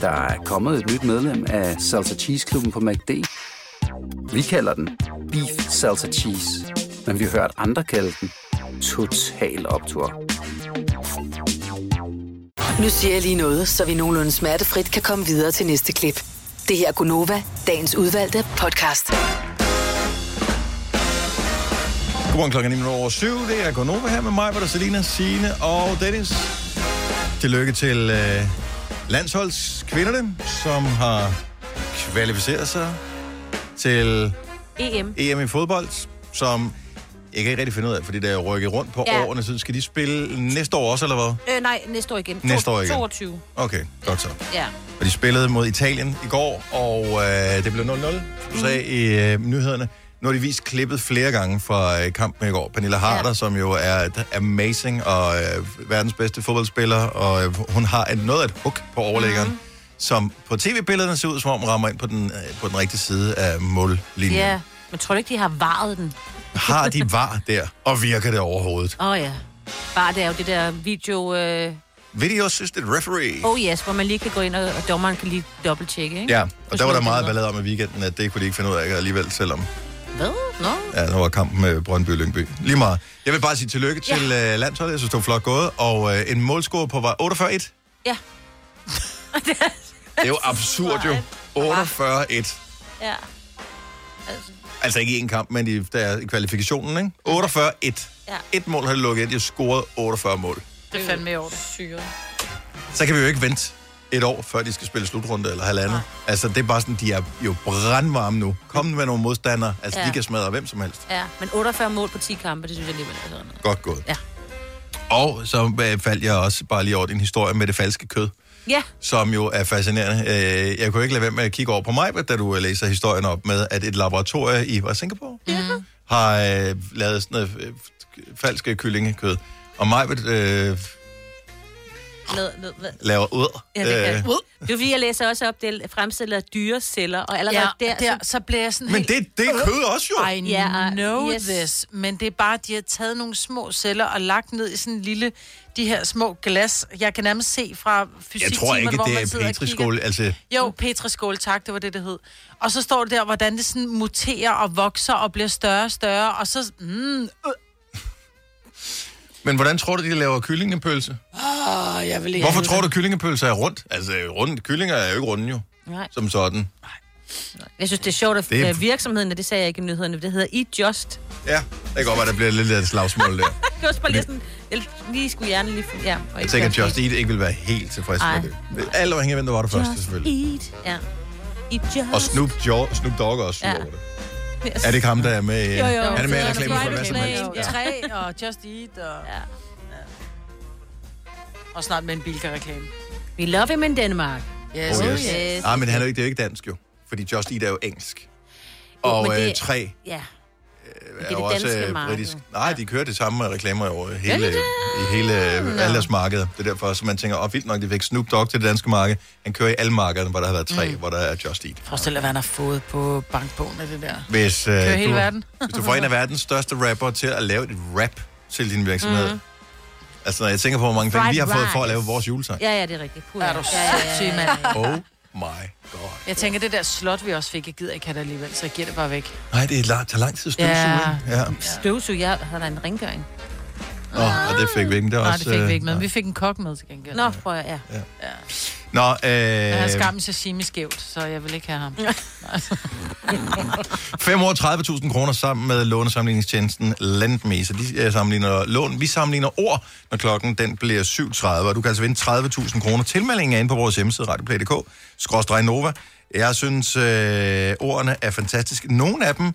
Der er kommet et nyt medlem af Salsa Cheese Klubben på MACD. Vi kalder den Beef Salsa Cheese, men vi har hørt andre kalde den Total Optor.
Nu siger jeg lige noget, så vi nogenlunde smertefrit kan komme videre til næste klip. Det her er Gunova, dagens udvalgte podcast.
Godmorgen klokken er 9 over 7. Det er Gonova her med mig, hvor der Selina, Signe og Dennis. Tillykke til øh, landsholdskvinderne, som har kvalificeret sig til
EM.
EM E i fodbold, som jeg kan ikke rigtig finde ud af, fordi der er rykket rundt på
Ja.
ja. årene, så skal de spille næste år også, eller hvad?
Øh, nej, næste år igen.
Næste år igen.
22.
Okay, godt så.
Ja.
Og de spillede mod Italien i går, og øh, det blev 0-0, som
Mm.
du sagde i øh, nyhederne. Nu har de vist klippet flere gange fra øh, kampen i går. Pernille Harder, ja. som jo er et amazing og øh, verdens bedste fodboldspiller, og øh, hun har et, noget af et hook på overlæggeren,
Mhm.
mm. som på tv-billederne ser ud, som om hun rammer ind på den, øh, på den rigtige side af mållinjen.
Ja. Men tror du ikke, de har varet den?
Har de var der, og virker det overhovedet?
Åh oh, ja. Bare det er jo det der video... Øh...
Video assisted referee.
Oh yes, hvor man lige kan gå ind, og, og dommeren kan lige dobbelttjekke, ikke?
Ja, og der var der meget ballade om i weekenden, at det kunne de ikke finde ud af alligevel, selvom
Hvad? Nå?
Ja, der var kampen med Brøndby og Lyngby. Lige meget. Jeg vil bare sige tillykke til ja. landsholdet. Jeg synes, det var flot gået. Og øh, en målscore på var 48-1. Det <laughs>
Ja.
er jo absurd jo. 48-1.
Ja.
Altså ikke i en kamp, men i, der, i kvalifikationen, ikke? 48-1.
Ja.
Et mål har de lukket ind. De har scoret 48 mål.
Det er fandme i orden. Syret.
Så kan vi jo ikke vente et år, før de skal spille slutrunde eller halvandet. Altså, det er bare sådan, de er jo brandvarme nu. Kom med nogle modstandere. Altså,
Ja.
ja. de kan smadre hvem som helst.
Ja, men 48 mål på 10 kampe, det synes jeg alligevel er sådan.
Godt gået.
Ja.
Og så øh, faldt jeg også bare lige over din historie med det falske kød.
Ja.
som jo er fascinerende. Øh, Jeg kunne ikke lade være med at kigge over på mig, da du øh, læser historien op med, at et laboratorie i var det Singapore
Mm.
har øh, lavet sådan noget øh, falske kyllingekød. Og mig øh,
Lad, lad, lad.
laver ud.
Ja, det, kan.
Øh,
det er fordi, jeg læser også op, det er fremstillet af dyreceller, og allerede
Ja,
der...
der, så bliver jeg sådan
Men det- det er kød også jo.
<laughs> I
Ja,
know
yes.
yes. this. Men det er bare, at de har taget nogle små celler og lagt ned i sådan en lille, de her små glas. Jeg kan nærmest se fra
jeg
fysiktimerne,
tror ikke,
hvor
det
man
er
sidder og
petriskål.
kigger.
Altså,
Jo, petriskål, tak, det var det, det hed. Og så står det der, hvordan det sådan muterer og vokser og bliver større og større, og så... Mm, øh,
men hvordan tror du, de laver kyllingepølse?
åh, jeg vil ikke
Hvorfor tror du, kyllingepølse er rundt? Altså, rundt, kyllinger er jo ikke runde jo,
Nej.
som sådan.
Jeg synes, det er sjovt, at
Det er-
det... virksomheden, og det sagde jeg ikke i nyhederne, det hedder I Just.
Ja, det kan godt være, der bliver lidt af et slagsmål der.
Det var også bare lige sådan, jeg lige skulle hjernen lige... Ja, og
Jeg
ikke
tænker, at
gøre
Just Eat ikke vil være helt tilfreds
Ej.
med det. Det er Alt afhængig af, hvem der var det
fedt.
første, selvfølgelig.
Just Eat, ja. I Just...
Og Snoop, jo, Snoop Dogg er også sur
Ja.
ja. over det. Er det ikke ham, der er med? øh,
Jo, jo.
Han er med i
Jo,
reklamer for
jo,
hvad som helst.
jo, Træ og Just Eat og... Ja. Og snart med en bilka-reklame.
We love him in Denmark.
Yes.
Oh, yes. Nej, men han er jo ikke, det er jo ikke dansk, jo. Fordi Just Eat er jo engelsk.
Jo,
Og
men
jo,
det-
øh, tre
Ja.
er
det
jo
danske
øh,
marked.
Nej, de kører det samme reklamer over hele,
det?
i hele, alle deres markeder. Det er derfor, så man tænker, åh, oh, vildt nok, det fik Snoop Dogg til det danske marked. Han kører i alle markederne, hvor der har været tre, mm. hvor der er Just Eat.
Forestil dig, hvad han har fået på bankbogen af det der.
Hvis, øh,
Kører hele
du,
verden.
hvis du får
<laughs>
en af verdens største rapper til at lave et rap til din virksomhed.
Mhm.
Mm. Altså, når jeg tænker på, hvor mange penge
Fried
vi har fået for at
rice.
lave vores julesang.
Ja, ja, det er rigtigt. Puh,
Er du
ja, ja, ja,
sindssyg,
ja,
mand?
ja, ja.
Oh my god.
Jeg tænker, det der slot, vi også fik, jeg gider ikke have det alligevel, så jeg giver det bare væk.
Nej, det er lang, tager lang tid at støvsuge.
Ja.
ikke? ja.
Støvsug, jeg har da en rengøring.
Nå, og det fik vi ikke. men Det var
Nej,
også,
det fik
øh,
vi ikke med. Vi fik en kok med til gengæld.
Nå, prøv at, ja.
Ja. Nå,
Jeg havde
øh,
skammen sashimi skævt, så jeg vil ikke have ham.
5 år 30.000 kroner sammen med lånesamligningstjenesten Lendme. Så de øh, sammenligner lån. Vi sammenligner ord, når klokken den bliver 7.30. Og du kan altså vinde 30.000 kroner. Tilmeldingen er inde på vores hjemmeside, radioplay.dk, skråstrej Nova. Jeg synes, øh, ordene er fantastiske. Nogle af dem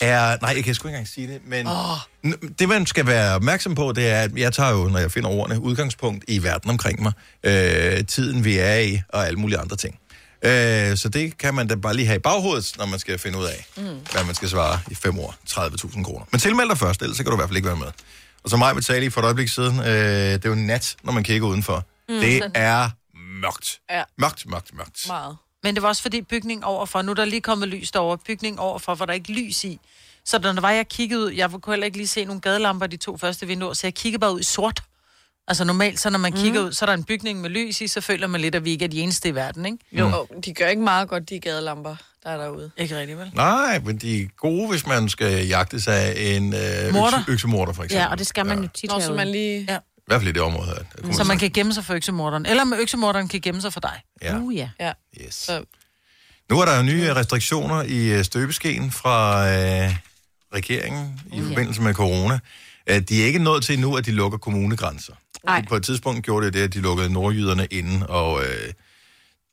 er... Nej, jeg kan sgu ikke engang sige det, men...
Åh.
N- Det, man skal være opmærksom på, det er, at jeg tager jo, når jeg finder ordene, udgangspunkt i verden omkring mig, øh, tiden, vi er i, og alle mulige andre ting. Øh, så det kan man da bare lige have i baghovedet, når man skal finde ud af, mm. hvad man skal svare i fem år. 30.000 kroner. Men tilmeld dig først, ellers så kan du i hvert fald ikke være med. Og så mig betalte i for et øjeblik siden, øh, det er jo nat, når man kigger udenfor.
Mm.
Mm. Det er mørkt.
Ja.
Mørkt, mørkt, mørkt.
Meget. Men det var også fordi bygningen overfor, nu er der lige kommet lys derovre, bygningen overfor var der ikke lys i. Så da der var, jeg kiggede ud, jeg kunne heller ikke lige se nogle gadelamper i de to første vinduer, så jeg kiggede bare ud i sort. Altså normalt, så når man kigger
Mhm.
ud, så er der en bygning med lys i, så føler man lidt, at vi ikke er de eneste i verden, ikke?
Jo, mm. de gør ikke meget godt, de gadelamper, der er derude.
Ikke rigtig, vel?
Nej, men de er gode, hvis man skal jagtes af en øh,
Morder.
økse, øksemorder, for eksempel.
Ja, og det skal man jo tit
Nå, så
herude.
man lige...
Ja.
I hvert fald i det område her. Det kunne
Så man kan gemme sig for øksemorderen. Eller med øksemorderen kan gemme sig for dig.
Ja.
Uh, ja.
ja.
Yes.
Så...
Nu er der jo nye restriktioner i øh, støbeskeen fra øh, regeringen i forbindelse med corona. Øh, De er ikke nået til endnu, at de lukker kommunegrænser.
Nej.
På et tidspunkt gjorde det det, at de lukkede nordjyderne inde, og øh,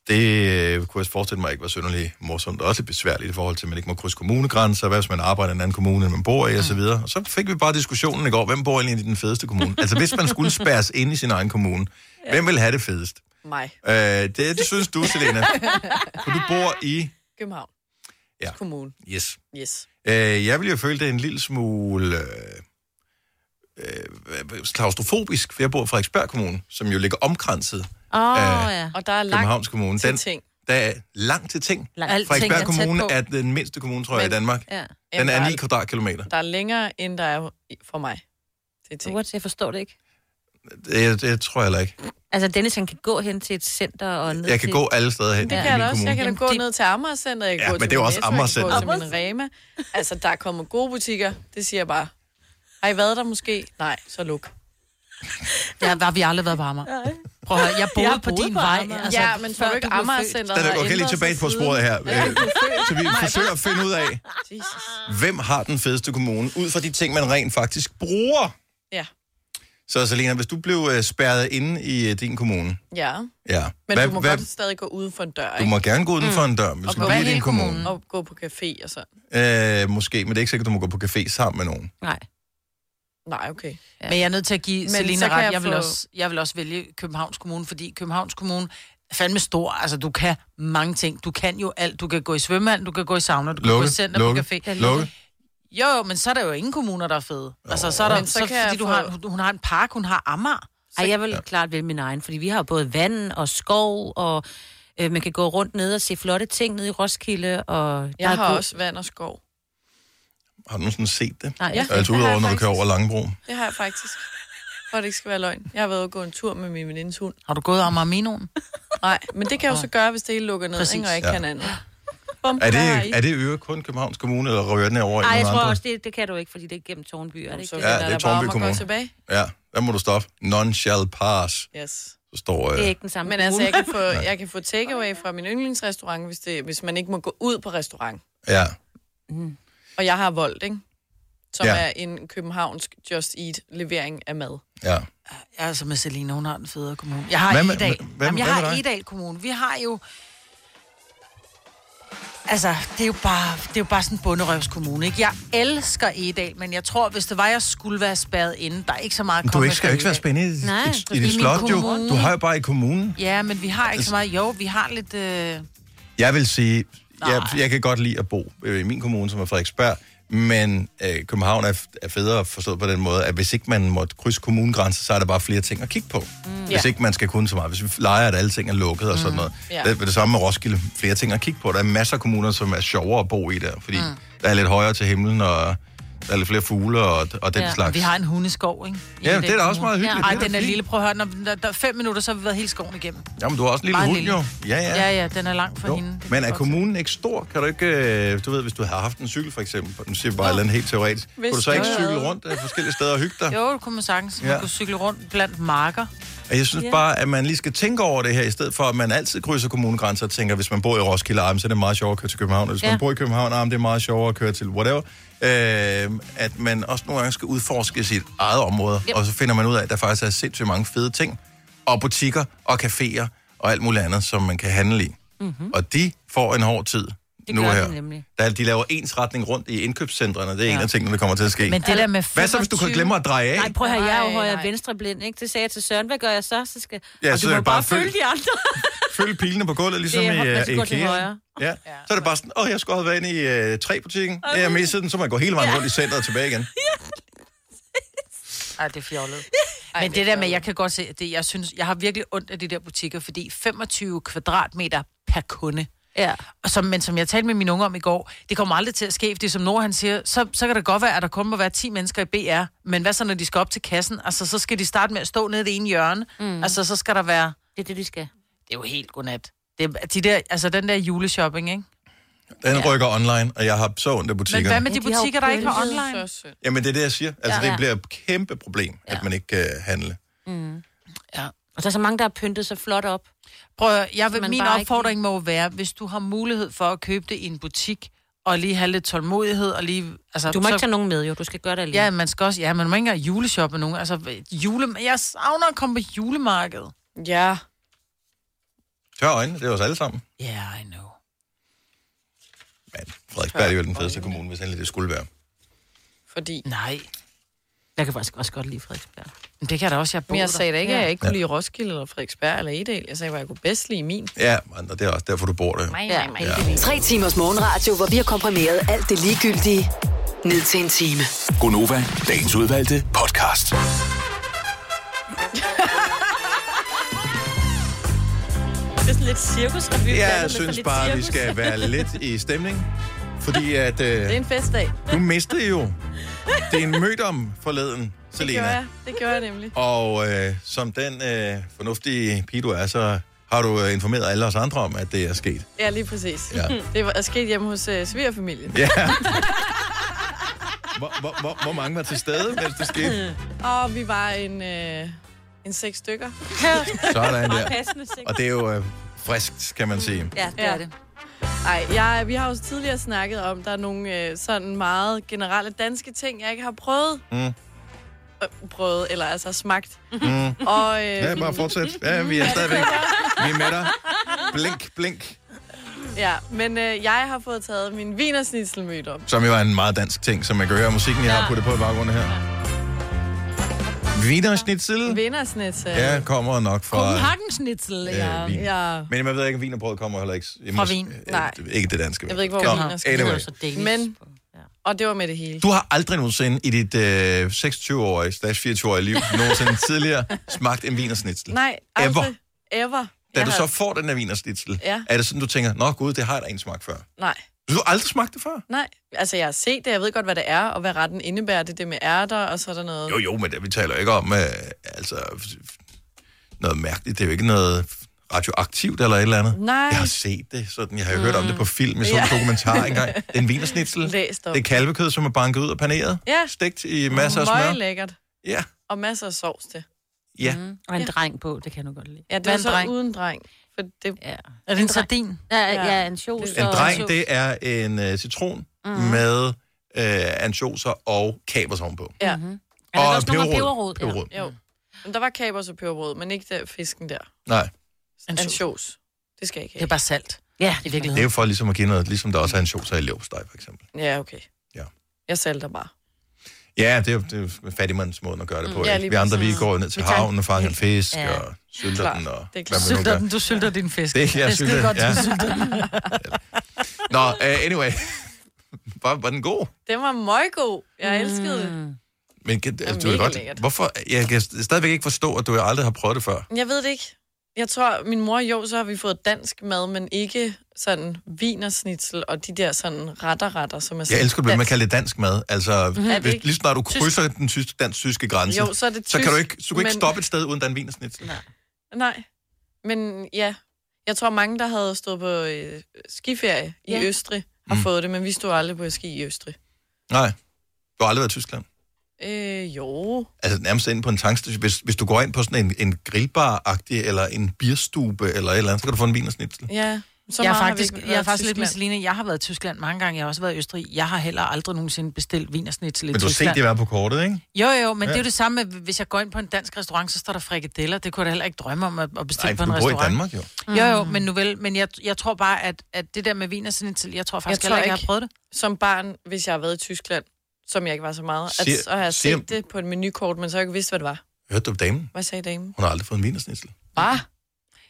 det øh, kunne jeg forestille mig ikke var synderligt morsomt. Og også lidt besværligt i forhold til, at man ikke må krydse kommunegrænser, hvad hvis man arbejder i en anden kommune, end man bor i, osv. Og så fik vi bare diskussionen i går, hvem bor egentlig i den fedeste kommune? altså hvis man skulle spærres ind i sin egen kommune, ja. hvem vil have det fedest?
Mig.
Øh, det, det synes du, Selena. For du bor i...
København.
Ja.
Kommune.
Yes.
Yes.
Øh, jeg ville jo føle det en lille smule øh, øh, klaustrofobisk, for jeg bor i Frederiksberg Kommune, som jo ligger omkranset
Åh,
af
ja. Og der er
Københavns
langt
Kommune.
til ting.
Der er langt til ting.
Langt. Alting
Frederiksberg
er tæt
Kommune
på.
er den mindste kommune, tror jeg, i Danmark.
Ja.
Den er 9 kvadratkilometer.
Der er længere, end der er for mig. Det er
What? Jeg forstår det ikke.
Det, det tror jeg heller ikke.
Altså, Dennis, han kan gå hen til et center og ned
Jeg kan
til...
gå alle steder hen
Det
i
kan jeg
min
da også.
kommune.
Jeg kan da gå ned til Amagercenter, jeg kan
Ja,
gå
men
til
det er jo
min
også
Netto, jeg kan gå
Amagercenter.
til min Rema. Altså, der kommer gode butikker, det siger jeg bare. Har I været der måske? Nej, så luk.
Ja, der har vi aldrig været på Amager. Prøv at høre, jeg boede på din vej.
Altså, ja, men tror
før
du ikke,
du blev
Amagercenter
Den er okay, lige
ændret sig
tilbage på
siden?
sporet her.
Ja.
Øh, Så vi forsøger at finde ud af,
Jesus.
hvem har den fedeste kommune, ud fra de ting, man rent faktisk bruger.
Ja.
Så Selena, hvis du blev øh, spærret inde i øh, din kommune,
Ja.
ja.
Men du må godt stadig gå uden for en dør,
du
ikke?
må gerne gå uden for en dør, men
Og
hvis
på
man bliver i din
hele
kommune.
Og gå på café og sådan.
Øh, måske, men det er ikke sikkert, at du må gå på café sammen med nogen.
Nej.
Nej, okay.
Men jeg er nødt til at give
Men
Selina
så kan
ret.
jeg
Jeg, vil
få-
også, jeg vil også vælge Københavns Kommune, fordi Københavns Kommune er fandme stor. Altså, du kan mange ting. Du kan jo alt. Du kan gå i svømmehal, du kan gå i sauna, du kan gå i
Lukke,
center
lukke,
på café.
lukke.
Jo, jo, men så er der jo ingen kommuner, der er fede. Altså, så er der,
Men
så,
så kan
fordi
jeg
du
få-
har, hun- hun har en park, hun har Amager.
Ej, jeg vil ja. klart vælge min egen, fordi vi har jo både vand og skov, og øh, man kan gå rundt ned og se flotte ting nede i Roskilde. Og
Jeg har også vand og skov.
Har du nogensinde set det?
Nej, jeg-
altså,
det har
udover,
jeg
når du kører
faktisk.
over Langebro.
Det har jeg faktisk. For at det ikke skal være løgn. Jeg har været ude og gå en tur med min venindes hund.
Har du gået Amager Minoen?
Nej, men det kan jeg jo så gøre, hvis det hele lukker ned,
Præcis.
ikke, og jeg ikke
Ja.
ja. kan andet. Bum,
Er
der har I.
det, er det øvrigt kun Københavns Kommune, eller rører den her over i
Nej, jeg
nogle
tror
andre?
også, det, det kan du ikke, fordi det er gennem Tornby. Er det ikke?
Ja, det er Tornby Kommune. Ja, der må du stoppe. None shall pass.
Yes.
Så står... Øh,
den samme
Men altså, jeg kan få, jeg kan få takeaway fra min yndlingsrestaurant, hvis, det, hvis man ikke må gå ud på restaurant.
Ja.
Og jeg har voldt, ikke? Som
Ja.
ja. er en københavnsk Just Eat-levering af mad.
Ja.
Jeg er altså med Selina, hun har den federe kommune. Jeg har
Hvad med-
Edal.
hvad- hvad-
Jamen, jeg
hvad med
har
dig?
Edal Kommune. Vi har jo... Altså, det er jo bare, det er jo bare sådan en bunderøvskommune, ikke? Jeg elsker Edal, men jeg tror, hvis det var, jeg skulle være spærret inde, der er ikke så meget at
Du
komme
ikke, skal
efter
jo ikke være
Egedal.
spændt i, i,
Nej,
i, i
min
det slot, jo.
kommune.
Du har jo bare i kommunen.
Ja, men vi har ikke så
Altså-
meget. Jo, vi har lidt... Øh...
Jeg vil sige, jeg, jeg kan godt lide at bo øh, i min kommune, som er Frederiksberg, Men øh, København er, f- er federe forstået på den måde, at hvis ikke man måtte krydse kommunegrænser, så er der bare flere ting at kigge på. Mm. Hvis
Ja.
ikke man skal kunne så meget. Hvis vi leger, at alle ting er lukket og sådan noget.
Ja.
Det er det samme med Roskilde. Flere ting at kigge på. Der er masser af kommuner, som er sjovere at bo i der, fordi mm. der er lidt højere til himlen, og der er lidt flere fugle og, og den
ja.
slags.
Vi har en hundeskov, ikke? I
Ja,
den
det er da også
kommune.
meget hyggeligt.
Ja. Ej,
Det er
den
da
er
fint.
lille. Prøv at høre, når der, der er fem minutter, så har vi været hele skoven igennem.
Jamen, du har også en lille
Meget
hund,
lille.
jo. Ja, ja.
Ja, ja, den er langt fra jo. hende.
Men er kommunen ikke stor? Kan du ikke, øh, du ved, hvis du havde haft en cykel for eksempel, nu siger vi bare et eller andet helt teoretisk,
Hvis
kunne du så ikke
jeg
cykle
havde.
rundt øh, forskellige steder og hygge dig?
Jo, det kunne man sagtens. Man
Ja.
ja. kunne cykle rundt blandt marker.
Og jeg synes
Ja.
bare, at man lige skal tænke over det her, i stedet for at man altid krydser kommunegrænser og tænker, hvis man bor i Roskilde Arm, så er det meget sjovere at køre til København, og hvis
Ja.
ja. man bor i København Arm, det er meget sjovere at køre til whatever. Øh, at man også nogle gange skal udforske sit eget område,
Yep.
yep. og så finder man ud af, at der faktisk er sindssygt mange fede ting, og butikker og caféer og alt muligt andet, som man kan handle i. Mm-hmm. Og de får en hård tid
Mhm. Det
nu
gør
her.
de nemlig.
Der, de laver ens retning rundt i indkøbscentrene, det er ja. en af tingene, der kommer til at ske.
Men det der med
Hvad så, hvis du kan
25?
glemme at dreje af?
Nej, prøv at høre, jeg er jo
Nej,
højre
nej.
venstre blind, ikke? Det sagde jeg til Søren, hvad gør jeg så? Så skal...
Ja,
og
så
du
er
må
det bare
bare følge
følg.
de andre. <laughs>
følge pilene på gulvet, ligesom
Det
det
er-
er,
man
i
skal
uh,
gå til
IKEA.
højre.
Ja. Så er det bare sådan, åh, jeg skulle have været inde i øh, træbutikken. Ja, jeg missede den, så må jeg gå hele vejen rundt i centret og tilbage igen.
Ej, det er fjollet. Ej, Men det, der med, jeg kan godt se, at det, jeg synes, jeg har virkelig ondt af de der butikker, fordi 25 kvadratmeter per kunde.
Ja.
Og som, men som jeg talte med mine unge om i går, det kommer aldrig til at ske, fordi som Nord han siger, så, så kan det godt være, at der kun må være 10 mennesker i BR, men hvad så, når de skal op til kassen? Altså, så skal de starte med at stå nede i det ene hjørne.
Mm.
Mm. Altså, så skal der være...
Det er det, de skal.
Det er jo helt godnat. Det er, de der, altså, den der juleshopping, ikke?
Den ja. rykker online, og jeg har så ondt af
Men
butikkerne.
hvad med de butikker, der ikke har online?
Jamen, det er det, jeg siger. Altså,
Ja.
det bliver et kæmpe problem, ja. at man ikke øh, kan handle.
Mm.
Ja.
Og der er så mange, der har pyntet sig flot op.
Prøv at, høre, jeg
Så
vil,
man
min
bare
opfordring ikke... må jo være, hvis du har mulighed for at købe det i en butik, og lige have lidt tålmodighed, og lige... Altså,
Du må ikke tage nogen med, jo. Du skal gøre det alene.
Ja, man skal også... Ja, man må ikke engang juleshoppe med nogen. Altså, jule... Jeg savner at komme på julemarkedet.
Ja.
Tør øjne, det er os alle sammen.
Yeah, I know.
Frederiksberg er jo den fedeste kommune, hvis endelig det skulle være.
Fordi...
Nej.
Jeg kan faktisk også godt lide Frederiksberg.
Men det kan jeg da også, jeg bor
Men jeg
der.
sagde da ikke, at jeg ikke
Ja.
kunne lide Roskilde eller Frederiksberg eller Edel. Jeg sagde bare, at jeg kunne bedst lide min.
Ja, men det er også derfor, du bor der. jo.
nej, nej.
Ja.
Tre timers morgenradio, hvor vi har komprimeret alt det ligegyldige ned til en time.
Gonova, dagens udvalgte podcast.
Det er sådan lidt cirkusrevy.
Jeg synes bare, vi skal være lidt i stemning, fordi at...
Det er
Øh,
en festdag.
du mistede jo din mødom forleden,
Det
Selena.
gjorde jeg. Det gjorde jeg nemlig.
Og øh, som den øh, fornuftige pige, du er, så har du øh, informeret alle os andre om, at det er sket.
Ja, lige præcis.
Ja.
Det var er sket hjemme hos øh, svigerfamilien.
Ja. Hvor, hvor, hvor, hvor mange var til stede, mens det skete?
Og vi var en, øh, en seks stykker.
Sådan der.
passende seks.
Og det er jo øh, friskt, kan man sige.
Ja,
det er det. Ej, jeg, vi har jo tidligere snakket om, der er nogle øh, sådan meget generelle danske ting, jeg ikke har prøvet.
Mm.
Øh, prøvet, eller altså smagt.
Mm.
Og, øh,
Ja, bare fortsæt. Ja, vi er stadigvæk vi er med dig. Blink, blink.
Ja, men øh, jeg har fået taget min vinersnitzelmyt op.
Som jo er en meget dansk ting, som man kan høre musikken, jeg har puttet på i baggrunden her. Wienerschnitzel.
Vindersnitzel.
Ja, kommer nok fra...
Copenhagen-snitzel,
ja. Øh, Wien.
ja.
Men jeg ved ikke, om wienerbrød kommer heller ikke...
Fra Wien. Nej.
Ikke det danske.
Jeg ved ikke, hvor
Nå,
viner skal
anyway.
Men, og det var med det hele.
Du har aldrig nogensinde i dit øh, 26-årige, slash 24-årige
<laughs>
liv, nogensinde tidligere smagt en vinersnitzel.
Nej,
Ever.
aldrig. Ever.
Da
Jeg
du
har-
så får den her vinersnitzel,
Ja.
er det sådan, du tænker, nå gud, det har jeg da en smagt før.
Nej,
Du har aldrig smagt det før?
nej. Altså, jeg har set det, jeg ved godt, hvad det er, og hvad retten indebærer. Det er det med ærter og sådan noget.
Jo, jo, men det, vi taler jo ikke om øh, altså, f- f- noget mærkeligt. Det er jo ikke noget radioaktivt eller et eller andet.
Nej. Mm.
Jeg har set det sådan. Jeg har jo hørt om det på film. Jeg så en
Ja.
dokumentar
<laughs>
engang. Det er en vinersnitzel.
Læst om.
Det er kalvekød, som er banket ud og paneret.
Ja.
Stegt i masser af
Meget
smør.
lækkert.
Ja.
Og masser af sovs til.
Ja.
Mm. Og en dreng på, det kan du godt lide.
Ja, det
Hvad
var
en
så
dreng?
uden dreng. For det...
Ja.
Er det en sardin?
Ja, ja, en sjos.
En dreng, det er en øh, citron
Mhm.
med øh, ansjoser og kapers ovenpå.
Ja.
Er der Og også nogle af peberrod? peberrod?
Ja. Jo. Men der var kapers og peberrod, men ikke der fisken der.
Nej.
Ansjos. Det skal jeg ikke have.
Det er bare salt. Ja, i
Det er jo for ligesom at give noget, ligesom der også er ansjoser i leverpostej, for eksempel.
Ja, okay.
Ja.
Jeg salter bare.
Ja, det er jo det er jo fattigmandsmåden at gøre det på.
Mm. Ja,
Ja,
lige
vi andre, vi
præcis.
går jo ned til
Vi tager-
havnen og fanger en fisk
Ja.
ja. og sylter
Klart.
den og
Det er
hvad man nu
Sylter
gør.
den, du sylter din fisk.
Det er- jeg
det er skide
sylter-
godt, du
<laughs> ja.
sylter den.
Nå, uh, anyway. øh, var, var den god?
Den var møggod. Jeg elskede det.
Men kan,
var
altså, du kan
mega
godt,
lækkert.
hvorfor? Jeg kan stadigvæk ikke forstå, at du aldrig har prøvet det før.
Jeg ved det ikke. Jeg tror, min mor, jo, så har vi fået dansk mad, men ikke sådan vinersnitzel og de der sådan retter-retter, som er sådan
Jeg elsker, at man kalder det dansk mad. Altså,
Mhm. Er det
hvis,
ikke?
lige snart du
Tysk.
krydser den tysk, dansk-tyske grænse,
Jo, så er det
så kan du
tysk,
ikke, så du kan ikke
men-
stoppe et sted uden den vinersnitzel. Nej.
Nej, men ja. Jeg tror, mange, der havde stået på øh, skiferie i
Ja.
Østrig, har
Mm.
mm. fået det, men vi stod aldrig på ski i Østrig.
Nej. Du har aldrig været i Tyskland.
Øh, jo.
Altså nærmest ind på en tankstation. Hvis, hvis du går ind på sådan en, en grillbar-agtig, eller en bierstube, eller et eller andet, så kan du få en vinersnitzel.
Ja,
så
så
jeg er
meget har vi
faktisk,
ikke været
jeg er
i
faktisk lidt med
Tyskland.
Celine. Jeg har været i Tyskland mange gange. Jeg har også været i Østrig. Jeg har heller aldrig nogensinde bestilt vinersnitzel i
Men du har set
Tyskland.
det være på kortet, ikke?
Jo, jo, men ja. det
Ja.
er jo det samme med, hvis jeg går ind på en dansk restaurant, så står der frikadeller. Det kunne jeg da heller ikke drømme om at at bestille
Nej,
på
for
en
du bor i
restaurant.
Danmark jo.
Jo, jo,
Mm.
men nu vel. Men jeg, jeg tror bare, at, at det der med vin og sådan til, jeg tror faktisk jeg
Jeg
heller
tror
ikke, jeg har
ikke.
prøvet det.
Som barn, hvis jeg har været i Tyskland, som jeg ikke var så meget, at
Siger-
så har jeg
siger-
set det på et menukort, men så har jeg ikke vidst, hvad det var.
Hørte du om damen?
Hvad sagde damen?
Hun har aldrig fået en vinersnitzel.
Bare?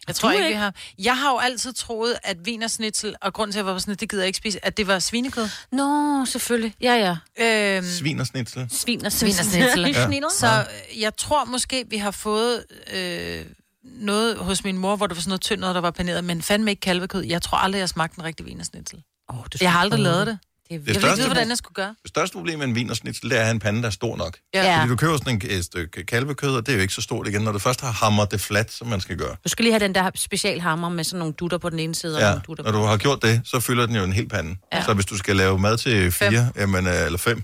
Jeg tror ikke, vi har. Jeg har jo altid troet, at vin og snitsel, og grunden til, at jeg var sådan, at det gider jeg ikke spise, at det var svinekød.
Nå, selvfølgelig. Ja, ja.
Øhm,
Vinersnitzel.
Svin og
Svin og
<laughs>
snitsel.
Ja.
Så øh, jeg tror måske, vi har fået øh, noget hos min mor, hvor det var sådan noget tyndt noget, der var paneret, men fandme ikke kalvekød. Jeg tror aldrig, jeg smagte en rigtig vinersnitzel. Oh, jeg har aldrig
prøve.
lavet det.
det er
jeg ved ikke, vide, hvordan jeg skulle gøre.
Det største problem med en vinersnitzel, det er at have en pande, der er stor nok.
Ja.
Fordi du køber sådan en, et stykke kalvekød, og det er jo ikke så stort igen, når du først har hamret det fladt, som man skal gøre.
Du skal lige have den der specialhammer med sådan nogle dutter på den ene side, og
Ja,
nogle dutter
når du har gjort det, så fylder den jo en hel pande.
Ja.
Ja. Så hvis du skal lave mad til fire, jamen, øh, eller fem,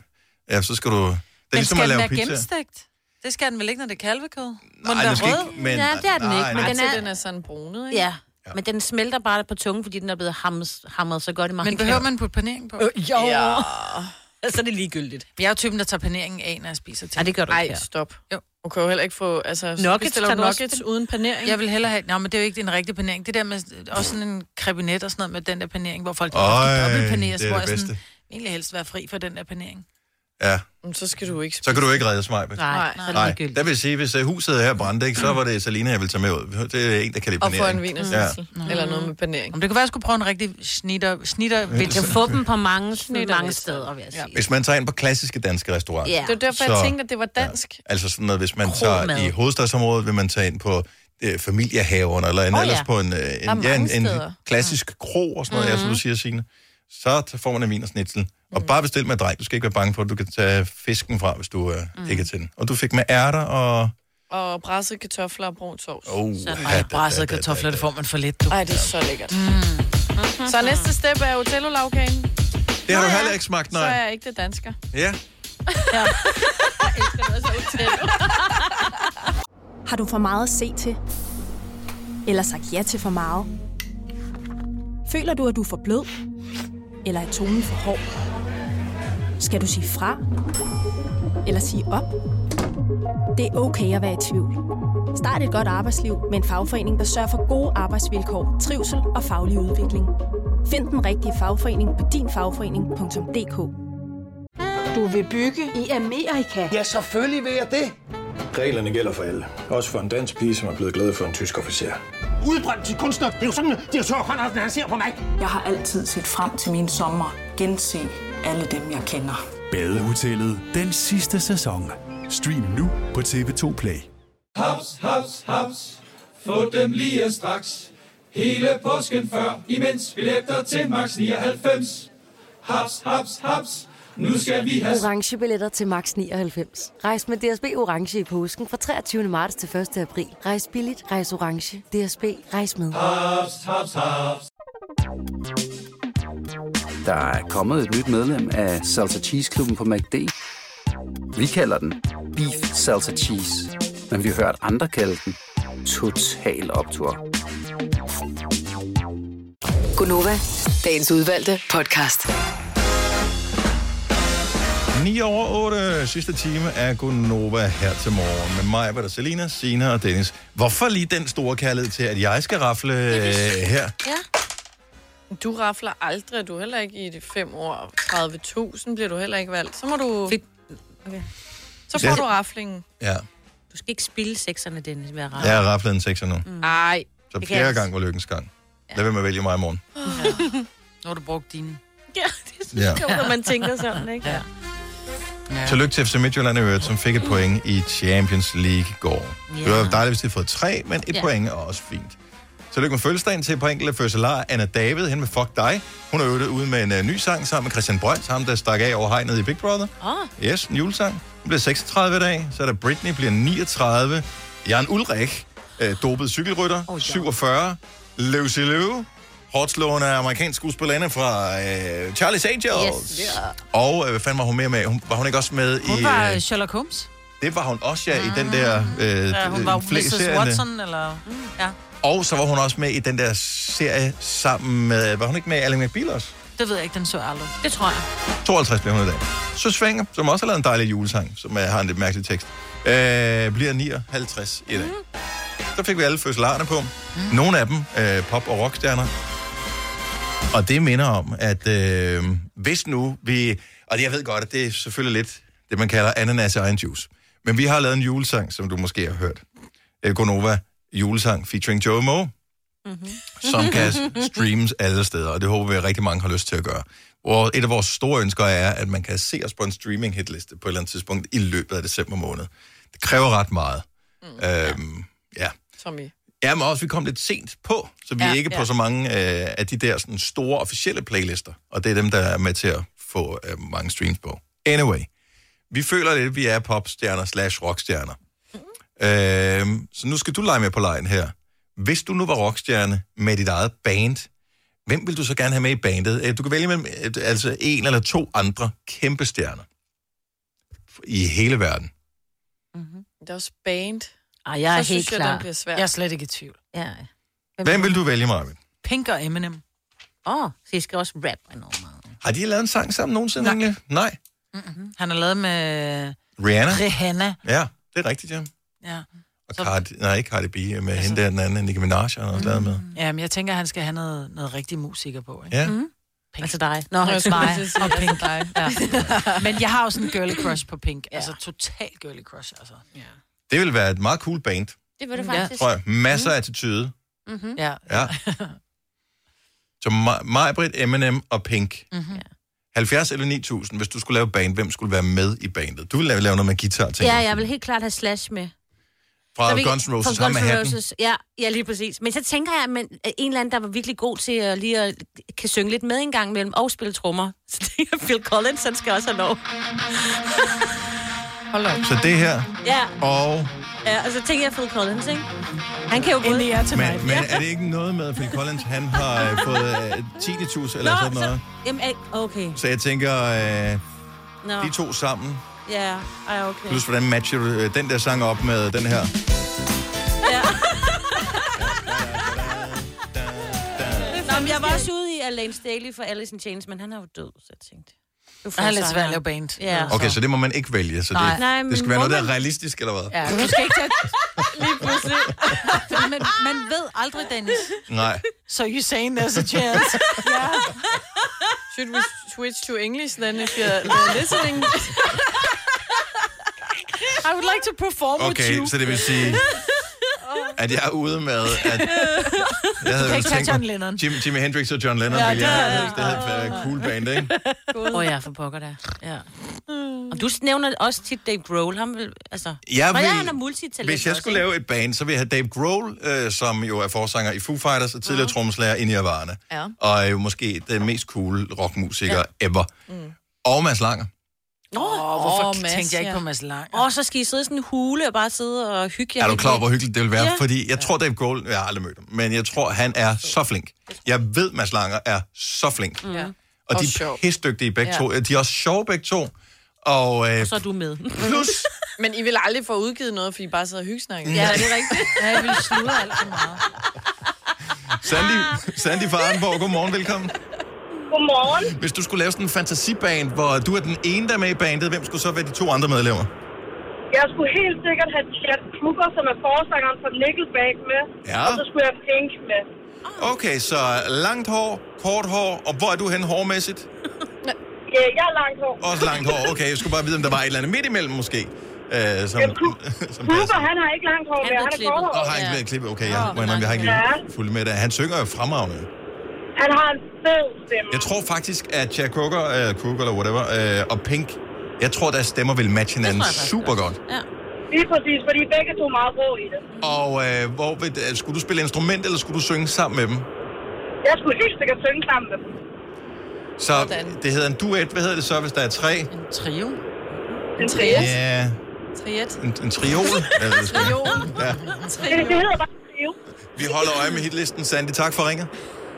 ja, så skal du... Det er
Men
ligesom
skal den
at lave
være
pizza.
gennemstegt? Det skal den vel ikke, når det er kalvekød? Må
den
den være
skal
rød?
ikke, men- Ja, det er den nej, ikke, men nej.
den
er-
er, den er sådan brunet, ikke?
Ja. ja, men den smelter bare på tungen, fordi den er blevet hammes, hamret så godt i mange
Men behøver man putte panering på?
Øh, jo.
Ja.
Så er det ligegyldigt.
Jeg er jo typen, der tager paneringen af, når jeg spiser ting.
Ej, det gør du ikke
Ej,
her.
stop.
Jo.
Du kan jo heller ikke få... Altså,
Nuggets
bestiller
tager
du
du også
nuggets
til-
uden panering.
Jeg vil hellere have... Nå, men det er jo ikke en rigtig panering. Det der med også sådan en krebinet og sådan noget med den der panering, hvor folk
Øj,
dobbeltpanerer,
det er
hvor
det
jeg sådan,
bedste.
egentlig helst være fri for den der panering.
Ja,
Men mm, så skal du ikke
så kan du ikke redde smag.
Nej, nej.
Nej, der vil jeg sige, hvis øh, huset her brændte, ikke, så var det Salina, jeg ville tage med ud. Det er en, der kan lide
Og få
panering.
en vinersnitzel. Ja. Eller noget med panering.
Om det kunne være, at jeg skulle prøve en rigtig snitter, snitter
Du kan
få dem på mange, mange
lidt.
steder, vil jeg sige.
Hvis man tager ind på klassiske danske restauranter.
Det var derfor, jeg
så-
tænkte, at det var dansk.
Altså sådan noget, hvis man
Kromad.
tager i hovedstadsområdet, vil man tage ind på øh, familiehaverne, eller en,
Åh,
oh,
ja.
ellers på en, øh,
Der er
en, ja, en,
mange
en
steder. Mhm.
klassisk kro og sådan noget, mm-hmm. ja, som du siger, Signe. Så t- får man en vin og snitsel. Og bare bestil med drej. Du skal ikke være bange for, at du kan tage fisken fra, hvis du øh,
Mhm.
mm. ikke er til den. Og du fik med ærter og...
Og brassede kartofler og brun sovs.
Oh,
Sådan.
ja, da, da, da,
Brassede
da.
kartofler, det får man for lidt, du.
Ej, det er så lækkert. Mm. Så næste step er Otello-lavkagen.
Det har du heller ikke smagt,
Så er
nej.
jeg ikke det dansker.
Ja.
Ja.
Har du for meget at se til? Eller sagt ja til for meget? Føler du, at du er for blød? Eller er tonen for hård? Skal du sige fra? Eller sige op? Det er okay at være i tvivl. Start et godt arbejdsliv med en fagforening, der sørger for gode arbejdsvilkår, trivsel og faglig udvikling. Find den rigtige fagforening på dinfagforening.dk Du vil bygge i Amerika? Ja, selvfølgelig vil jeg det.
Reglerne gælder for alle. Også for en dansk pige, som er blevet glad for en tysk officer.
Udbrændt til kunstner. Det er jo sådan, at de har tørt, han, han ser på mig. Jeg har altid set frem til min sommer. Gense alle dem, jeg kender.
Badehotellet den sidste sæson. Stream nu på TV2 Play.
Haps, haps, haps. Få dem lige straks. Hele påsken før, imens billetter til max 99. Haps, haps, haps. Nu skal vi have
Orange billetter til max 99. Rejs med DSB Orange i påsken fra 23. marts til 1. april. Rejs billigt, rejs orange. DSB, rejs med.
haps, haps, haps.
Der er kommet et nyt medlem af Salsa Cheese Klubben på MACD. Vi kalder den Beef Salsa Cheese, men vi har hørt andre kalde den Total Optor.
Gunova, dagens udvalgte podcast.
9 over 8, sidste time af Gunova her til morgen med mig, Britta, Selina, Sina og Dennis. Hvorfor lige den store kærlighed til, at jeg skal rafle øh, her?
<laughs> Du rafler aldrig. Du er heller ikke i de fem år. og 30.000 bliver du heller ikke valgt. Så må du...
Okay.
Så får
Ja.
du raflingen.
Ja,
Du skal ikke spille sexerne, den ved at rette.
jeg har raflet en sekser nu.
Nej.
Så fjerde gang var lykkens gang. Lad være med at vælge mig i morgen.
Nu har du brugt dine.
Ja, det er
Ja.
Jo, når man tænker sådan, ikke? Ja.
Ja. Tillykke til FC Midtjylland i øvrigt, som fik et point i Champions League i går. Ja. Det var dejligt, hvis de havde fået tre, men et
Ja.
ja. point er også fint. Tillykke med fødselsdagen til et par enkelte fødselar. Anna David, hen med Fuck Dig. Hun har øvet det ude med en uh, ny sang sammen med Christian Brøns, ham der stak af over hegnet i Big Brother.
Åh.
Ah.
Yes, en julesang. Hun bliver 36 i dag. Så er der Britney, bliver 39. Jan Ulrik, øh, dopet cykelrytter, oh, 47. Lucy Liu, hårdslående amerikansk skuespillerinde fra øh, Charlie's Angels.
Yes. Ja.
Og øh, hvad fanden var hun mere med? Hun, var hun ikke også med i...
Hun var
øh,
øh, Sherlock Holmes.
det var hun også, ja, i den der... Øh,
Ja, hun var jo
flere
Mrs.
serierne.
Watson, eller... Mm, ja,
Og så var hun også med i den der serie sammen med... Var hun ikke med i Alec McBeal også?
det ved jeg ikke, den så jeg aldrig. Det tror jeg.
52 blev hun i dag. Så Svinger, som også har lavet en dejlig julesang, som er, har en lidt mærkelig tekst, øh, bliver 59 i dag. Mm. Så fik vi alle fødselarerne på. Mm. Nogle af dem øh, pop- og rockstjerner. Og det minder om, at øh, hvis nu vi... Og jeg ved godt, at det er selvfølgelig lidt det, man kalder ananas i egen juice. Men vi har lavet en julesang, som du måske har hørt. Øh, Gonova julesang featuring Joe Moe som kan streames alle steder, og det håber vi, at rigtig mange har lyst til at gøre. Og et af vores store ønsker er, at man kan se os på en streaming-hitliste på et eller andet tidspunkt i løbet af december måned. Det kræver ret meget. Mm, øhm, ja.
Som i.
ja, men også, vi kom lidt sent på, så vi
Ja,
er ikke
ja.
på så mange øh, af de der sådan, store officielle playlister, og det er dem, der er med til at få øh, mange streams på. Anyway, vi føler lidt, at vi er popstjerner slash rockstjerner. Øhm, så nu skal du lege med på lejen her. Hvis du nu var rockstjerne med dit eget band, hvem vil du så gerne have med i bandet? Øh, Du kan vælge mellem øh, altså en eller to andre kæmpe stjerner i hele verden.
Det er også band.
Ej, jeg er
så
helt
synes jeg,
klar.
den bliver svær.
Jeg er slet ikke i tvivl.
Ja.
Hvem vil du vælge, Marvin?
Pink og Eminem.
Åh, oh, så jeg skal også rap enormt meget.
Har de lavet en sang sammen nogensinde? Nej. Nej.
Han er lavet med...
Rihanna?
Rihanna,
Ja, det er rigtigt, ja.
ja.
Og Cardi, nej, ikke Cardi B, med altså, hende der, den anden, Nicki Minaj, han har også lavet med.
Mm.
Ja, men jeg tænker, han skal have noget, noget rigtig musiker på, ikke?
Ja. Mhm.
Pink. Altså dig. Nå,
Jeg
altså
skulle
mig
lige til at sige,
og Pink.
altså
Dig. Ja. <laughs> Men jeg har også en girly crush på Pink. Ja. Altså total girly crush, altså. Ja.
Det vil være et meget cool band,
Det var det
faktisk.
tror jeg. Masser
Mm.
af attitude.
Mm-hmm. Ja.
<laughs>
Ja. Så Ma- Majbrit, Eminem og Pink.
Mm-hmm.
70 eller 9000, hvis du skulle lave band, hvem skulle være med i bandet? Du ville lave, lave noget med guitar, tænker
Ja,
jeg.
jeg vil helt klart have Slash med. Så
Fra
vi-
Guns N' Roses,
fra
ham med
Guns N'
hatten.
Roses. Ja, ja, lige præcis. Men så tænker jeg, at man, at en eller anden, der var virkelig god til at lige at, kan synge lidt med en gang mellem og spille trommer. <laughs> Så det er Phil Collins, han skal også have lov.
Hold op.
Så det her,
Ja,
og...
ja, og så tænker jeg Phil Collins, ikke? Han kan jo både... Endelig
er
Men, men er det ikke noget med, at Phil Collins, han har øh, fået øh, 10.000 eller
Nå,
sådan noget?
Jamen, er- okay.
Så jeg tænker, øh,
Nå.
de to sammen,
Ja, ej, okay.
plus hvordan matcher du øh, den der sang op med den her?
Ja. Nå, men jeg var også ude i Alain Staley for Alice in Chains, men han er jo død, så jeg tænkte... Du
Han er lidt svær at lave band.
Ja.
Okay, så det må man ikke vælge, så
Nej.
det,
Nej, men
det skal være
må
noget, der
man-
er realistisk, eller hvad?
Ja, du skal ikke
<laughs>
tage... Lige
<laughs>
pludselig. man, man ved aldrig, Dennis.
Nej.
So you saying there's a chance? Ja.
Should we switch to English then, if you're uh, <laughs> listening?
I would like to perform with you.
Okay, så det vil sige, at jeg er ude med, at jeg havde
kan
jo
ikke tage
tænkt
John
mig-
Lennon.
Jim, Jimi Hendrix og John Lennon
Ja,
ja, ville jeg
det er-
have helst have været et øh, cool band, ikke?
Åh oh, ja, for pokker der. Ja.
Mm.
Og du nævner også tit Dave Grohl. Ham vil, altså...
Jeg
Og ja,
vil-
han er multitalent
Hvis jeg
også,
skulle
ikke?
lave et band, så ville jeg have Dave Grohl, øh, som jo er forsanger i Foo Fighters og tidligere trommeslager i Nirvana.
Ja.
Og er jo måske den mest cool rockmusiker ever. Og Mads Langer.
Nå, oh,
hvorfor tænkte jeg ikke på Mads Lang?
Åh, så skal I sidde i sådan en hule og bare sidde og hygge jer.
Er du
lidt
klar over,
med-
hvor hyggeligt det vil være?
Ja.
Ja. Fordi jeg tror, Dave Grohl, jeg har aldrig mødt ham, men jeg tror, han er så flink. Jeg ved, Mads Langer er så flink. Mm.
Ja.
Og,
Og
de
sjov.
er pisdygtige begge
Ja.
ja. to. De er også sjove begge to. Og, øh,
Og så er du med. <laughs>
Plus...
Men I vil aldrig få udgivet noget, fordi I bare sidder og hyggesnakker.
Ja,
det er <laughs> rigtigt.
Ja, jeg vil sludre alt for meget.
Sandy,
Ah.
Sandy fra Arnborg, godmorgen, velkommen.
Godmorgen.
Hvis du skulle lave sådan en fantasiband, hvor du er den ene, der er med i bandet, hvem skulle så være de to andre medlemmer?
Jeg skulle helt sikkert have Chad Kruger, som er forsangeren for Nickelback med.
Ja.
Og så skulle jeg have Pink med.
Okay, så langt hår, kort hår, og hvor er du hen hårmæssigt?
Ja, jeg er langt hår.
Også langt hår. Okay, jeg skulle bare vide, om der var et eller andet midt imellem måske. Øh, som, <laughs> som
Kruger, han har ikke langt hår
Han
mere.
blev
Han er
klippet.
korthår.
Og har ikke været klippet. Okay, jeg,
Åh,
oh, jeg har ikke
nej.
lige fulgt med det. Han synger jo fremragende.
Han har en fed stemme.
Jeg tror faktisk, at Jack Coker, uh, Cook eller whatever, uh, og Pink, jeg tror, deres stemmer vil matche hinanden super godt.
Ja. Lige præcis, fordi begge to er meget gode i det.
Og uh, hvor vil, uh, skulle du spille instrument, eller skulle du synge sammen med dem?
Jeg skulle helt sikkert synge sammen med dem.
Så det hedder en duet. Hvad hedder det så, hvis der er tre? En
trio.
En triet.
Ja,
Triet.
en, en triol. <laughs> Ja, det er sgu- Ja.
Det, det hedder bare trio.
Vi holder øje med hitlisten, Sandy. Tak for ringet.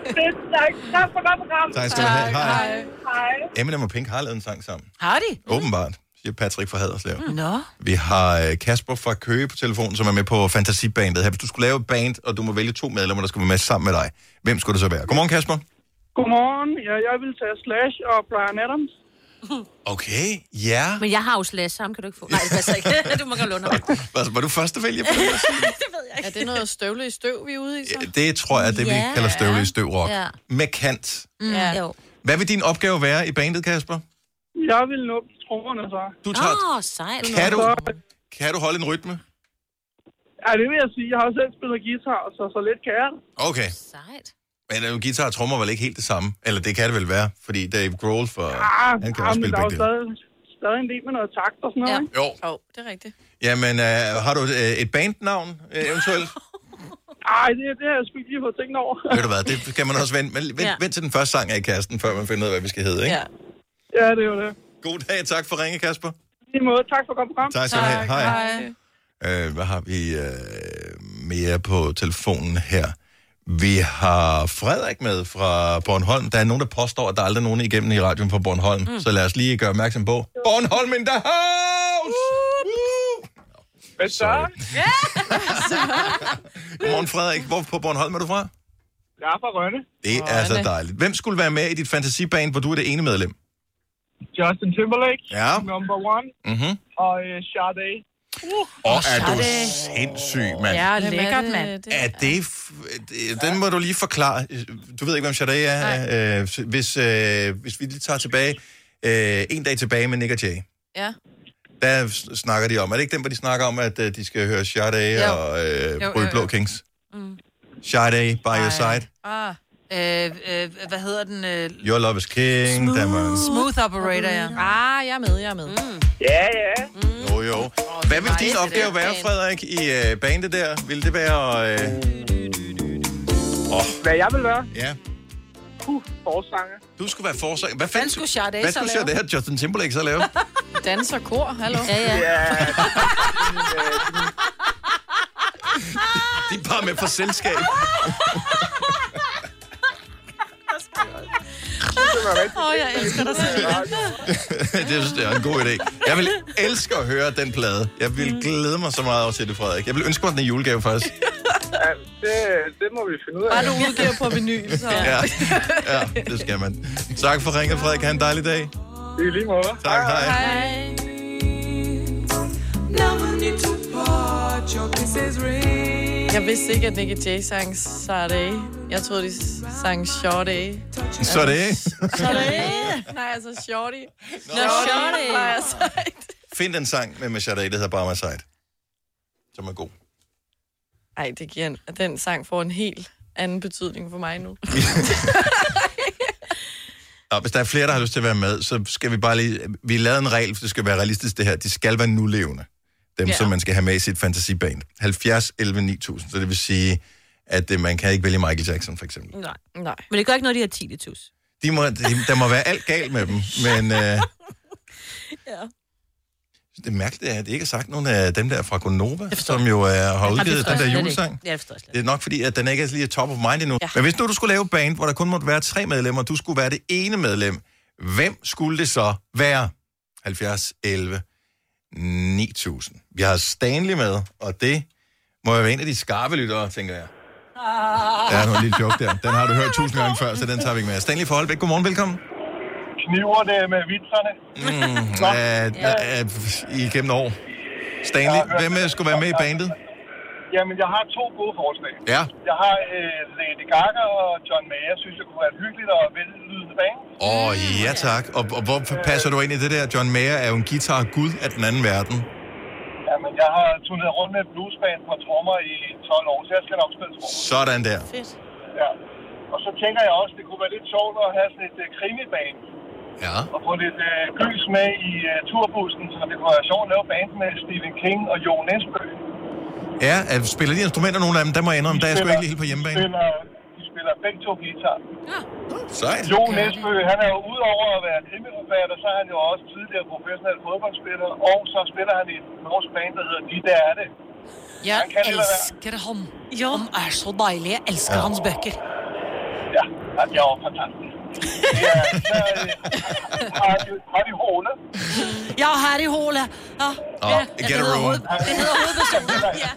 Fedt, tak. Tak for godt program.
Tak skal du have. Hej.
Hej.
Eminem og Pink har lavet en sang sammen.
Har de?
Åbenbart, siger Patrick fra Haderslev. Mm.
Nå.
Vi har øh, Kasper fra Køge på telefonen, som er med på Fantasibandet her. Hvis du skulle lave et band, og du må vælge to medlemmer, der skal være med sammen med dig, hvem skulle det så være? Godmorgen, Kasper.
Godmorgen. Ja, jeg vil tage Slash og Brian Adams.
Okay, ja.
Men jeg har jo slash, så ham kan du ikke få. Nej, det passer ikke. <laughs> du må godt låne ham.
Var, var du første vælger på det?
Er det noget støvle i støv, vi er ude i så?
Det tror jeg, er det vi
Ja.
kalder støvle i støvrock.
Ja.
Med kant.
Mm. Ja. Jo.
Hvad vil din opgave være i bandet, Kasper?
Jeg vil nå trommerne så.
Du tager-
Åh, sejt.
Kan du, kan du holde en rytme?
Ja, det vil jeg sige. Jeg har selv spillet guitar, så så lidt kan jeg. det.
Okay.
Sejt.
Men øh, guitar og trommer er vel ikke helt det samme? Eller det kan det vel være, fordi Dave Grohl for...
Ah,
han kan
ah,
også
men
spille
der er
begge
jo
dele.
stadig, stadig en del med noget takt og sådan noget, ja. ikke?
Jo.
Jo, det er rigtigt.
Jamen, øh, har du et, øh, et bandnavn øh, eventuelt?
Ej, det, det har jeg sgu ikke lige fået tænkt over.
Ved du hvad, det kan man også vente. Men vent,
Ja.
ja. vent til den første sang af Kasten, før man finder ud af, hvad vi skal hedde, ikke?
Ja. <laughs> ja, det er jo det.
God dag, tak for ringe, Kasper.
I måde, tak for at komme frem.
Tak skal du have. Tak, Hej. hej. Øh, hvad har vi øh, mere på telefonen her? Vi har Frederik med fra Bornholm. Der er nogen, der påstår, at der aldrig er nogen igennem i radioen fra Bornholm. Mm. Så lad os lige gøre opmærksom på. Bornholm in the house!
Hvad så?
Godmorgen, Frederik. Hvor på Bornholm er du fra?
Jeg er fra Rønne.
Det er så dejligt. Hvem skulle være med i dit fantasiband, hvor du er det ene medlem?
Justin Timberlake,
Ja.
number one,
Mm-hmm.
og øh, Sade. Uh.
Og er du
Sådan.
sindssyg, mand.
Ja,
Hvem er
lækkert,
det?
mand.
Det-
Er det... f- det- Den må du lige forklare. Du ved ikke, hvem Sade er. Øh, hvis, øh, hvis vi lige tager tilbage... Øh, en dag tilbage med Nick og Jay.
Ja.
Der s- snakker de om... Er det ikke dem, hvor de snakker om, at øh, de skal høre Sade
Jo.
og øh,
Jo,
Røde
jo,
Blå
jo.
Kings?
Mm.
Sade, By Your Side,
Ah. Øh, øh, hvad hedder den? Øh,
Your Love is King, Danmark.
smooth Operator, ja.
Ah, jeg er med, jeg er med. Mm.
Ja, ja.
Jo, jo. Hvad vil din
dejligt,
opgave
det der
være,
band.
Frederik, i øh, bandet der? Vil det være... Øh... Oh.
Hvad jeg vil være?
Ja.
Uh, forsanger.
Du skulle være forsanger. Hvad fanden skulle
Sade
Hvad
så
skulle Sade
lave?
og Justin Timberlake så lave?
Danser kor, hallo.
Ja, ja.
De er bare med for selskab.
Åh, oh, jeg elsker dig selv.
det synes jeg er en god idé. Jeg vil elske at høre den plade. Jeg vil glæde mig så meget over til det, Frederik. Jeg vil ønske mig den i julegave, faktisk.
Ja, det, det må vi finde ud af.
Bare du udgiver på vinyl, så...
Ja, ja det skal man. Tak for ringet, Frederik. Ha' en dejlig dag.
I lige måde.
Tak, hej.
Hej. Jeg vidste ikke, at Nick Jay sang Sade. Jeg troede, de sang Shorty.
Så er det.
Shorty. Nej, altså Shorty. Nå,
Shorty.
Nej, altså.
Find den sang med Machado, der hedder Bare My Side. Som er god.
Ej, det giver en, den sang får en helt anden betydning for mig nu.
Og hvis der er flere, der har lyst til at være med, så skal vi bare lige... Vi har lavet en regel, for det skal være realistisk det her. De skal være nulevende. Dem,
Ja.
ja. som man skal have med i sit fantasiband. 70, 11, 9000. Så det vil sige, at øh, man kan ikke vælge Michael Jackson, for eksempel.
Nej.
Nej.
Men det gør ikke noget, de har 10 tus.
De må, de, der må være alt galt med dem, men... Øh, <laughs> ja. Det mærkelige er, at det ikke er sagt nogen af dem der fra Gonova, som jo er, har udgivet den der julesang.
Ja, det forstår jeg slet
Det er nok fordi, at den ikke er lige er top of mind endnu. Ja. Men hvis nu du skulle lave et band, hvor der kun måtte være tre medlemmer, og du skulle være det ene medlem, hvem skulle det så være? 70, 11, 9000. Vi har Stanley med, og det må jo være en af de skarpe lyttere, tænker jeg. Ja, det var en lille joke der. Den har du hørt tusind gange før, så den tager vi ikke med. Stanley for Holbæk, godmorgen, velkommen.
Kniver det med vitserne.
Mm, ja. øh, igennem år. Stanley, hvem øh, skulle være med i bandet?
Jamen, jeg har to gode forslag.
Ja.
Jeg har øh, Lady Gaga og John Mayer, synes jeg kunne være et hyggeligt og vellydende band.
Åh, oh, ja tak. Og, og hvor passer du ind i det der? John Mayer er jo en guitar-gud af den anden verden.
Jamen, jeg har turneret rundt med et bluesband på trommer i 12 år, så jeg skal nok spille trommer.
Sådan der.
Ja. Og så tænker jeg også, det kunne være lidt sjovt at have sådan et øh, krimiband.
Ja.
Og få lidt øh, gys med i øh, turbussen, så det kunne være sjovt at lave band med Stephen King og Jo Nesbø.
Ja, at spiller de instrumenter nogle af dem? Der må jeg indrømme, der er jeg sgu
spiller-
ikke helt på
De
hjemmebane.
spiller, de spiller begge to guitar. Ja.
Sejt.
Jo Nesbø, han er jo udover at være krimiforfatter, så er han jo også tidligere professionel fodboldspiller, og så spiller han i et norsk band, der hedder De Der Er Det.
Jeg
kan det lade
elsker ham. Ja. Han er så dejlig. Jeg elsker
Ja.
hans bøker.
Ja, han er jo
<laughs>
fantastisk. Ja, så, øh, har de- har de håle?
Ja, her i hålet. Ja.
Åh,
ja.
get a room.
Det hedder hovedpersonen. Ja.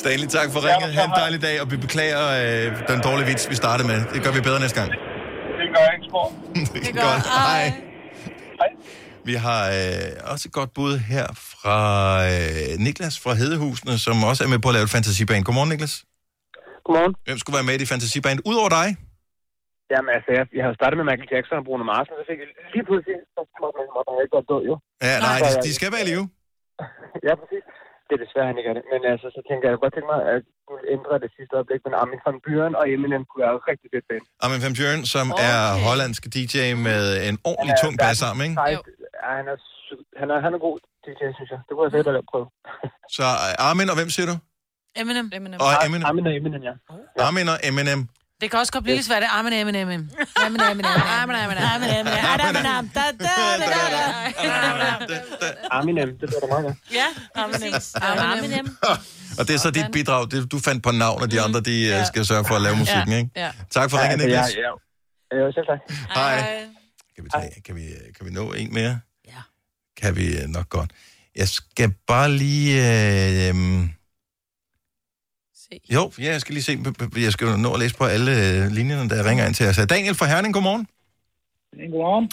Stanley, tak for ringet. Ha' en dejlig dag, og vi beklager øh, den dårlige vits, vi startede med. Det gør vi bedre næste gang.
Det gør jeg ikke spor.
Det gør Godt. Hej. Vi har øh, også et godt bud her fra øh, Niklas fra Hedehusene, som også er med på at lave et fantasyband. Godmorgen, Niklas.
Godmorgen.
Hvem skulle være med i det fantasyband, udover dig?
Jamen altså, jeg, jeg har jo startet med Michael Jackson og Bruno Mars, men så fik jeg lige pludselig, så måtte man måtte man ikke godt død, jo.
Ja, nej,
Så
de,
jeg-
de skal være i live.
Ja, præcis. Det er desværre, han ikke er det. Men altså, så tænker jeg, jeg kunne godt tænke mig, at du ændre det sidste øjeblik, men Armin van Buren og Eminem kunne være rigtig fedt band.
Armin van Buuren, som okay. er hollandsk DJ med en ordentlig tung bas sammen, ikke?
Nej, ja, han er, sød- han er, han er god DJ, synes jeg. Det kunne jeg selv have prøvet.
Så øh, Armin og hvem siger du?
Eminem. Ah.
Eminem.
Og Eminem.
Armin og Eminem, ja.
Armin og Eminem.
Det kan også godt blive lidt svært. Amen, amen, amen. Amen, amen, amen. Amen, amen, amen. Amen, amen, amen. Da, da, da, da.
Arminem, det bliver da meget godt.
Ja, amen, amen. Amen,
Og det er så dit bidrag, det, du fandt på navn, og de andre, de Mm. ja. skal sørge for at lave musikken, ikke?
Ja.
Tak for ringen,
altså,
Niklas.
jeg- jeg- Ja, selv tak.
Hej. Kan vi, tage, kan, vi, kan vi nå en mere? Ja. Kan vi øh, nok godt. Jeg skal bare lige... Øh, øhm, jo, ja, jeg skal lige se. b- b- Jeg skal jo nå at læse på alle øh, linjerne, der ringer ind til os. Daniel fra Herning, godmorgen.
Godmorgen.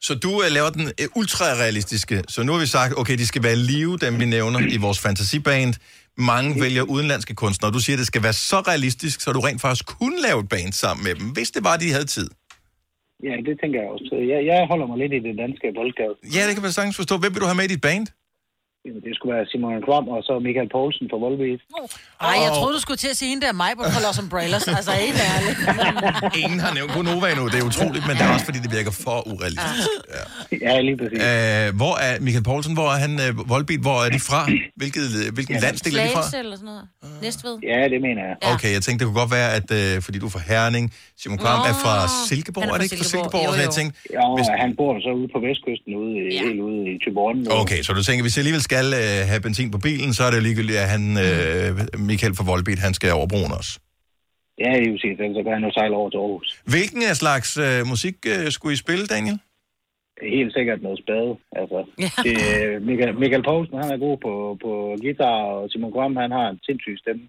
Så du øh, laver den øh, ultrarealistiske. Så nu har vi sagt, okay, de skal være i live, dem vi nævner i vores fantasiband. Mange vælger udenlandske kunstnere. Du siger, at det skal være så realistisk, så du rent faktisk kunne lave et band sammen med dem, hvis det var, de havde tid.
Ja, det tænker jeg også. Jeg, jeg holder mig lidt i det danske boldgade.
Ja, det kan man sagtens forstå. Hvem vil du have med i dit band?
Jamen, det skulle være Simon Kvam og så Michael Poulsen fra Volbeat.
Ej, jeg
Og-
troede, du skulle til at sige hende der, mig på Los Umbrellas. Altså, helt ærligt.
Ingen har nævnt Gunova endnu. Det er utroligt, men det er også, fordi det virker for urealistisk.
Ja, ja lige præcis.
Øh, hvor er Michael Poulsen? Hvor er han? Øh, Volbeat, hvor er de fra? Hvilket, øh, hvilken ja. landsdel er de fra?
Slagelse eller sådan noget. Næstved.
Ja, det mener jeg.
Okay, jeg tænkte, det kunne godt være, at øh, fordi du er fra Herning, Simon Kvam er fra Silkeborg, er,
han er
det
fra
ikke fra
Silkeborg.
Silkeborg?
Jo,
Så jeg
jo.
tænkte,
Jo, hvis... han bor så ude på vestkysten, ude, ja. helt ude i Tyborgen.
Okay, så du tænker, hvis jeg alligevel skal øh, have benzin på bilen, så er det jo ligegyldigt, at han, øh,
Mm.
Michael fra Volbeat, han skal over broen også.
Ja, det er jo set, ellers så kan han jo sejle over til Aarhus.
Hvilken af slags øh, musik øh, skulle I spille, Daniel?
Helt sikkert noget spade. Altså, det, Michael, Michael Poulsen, han er god på, på guitar, og Simon Kvam, han har en sindssyg stemme.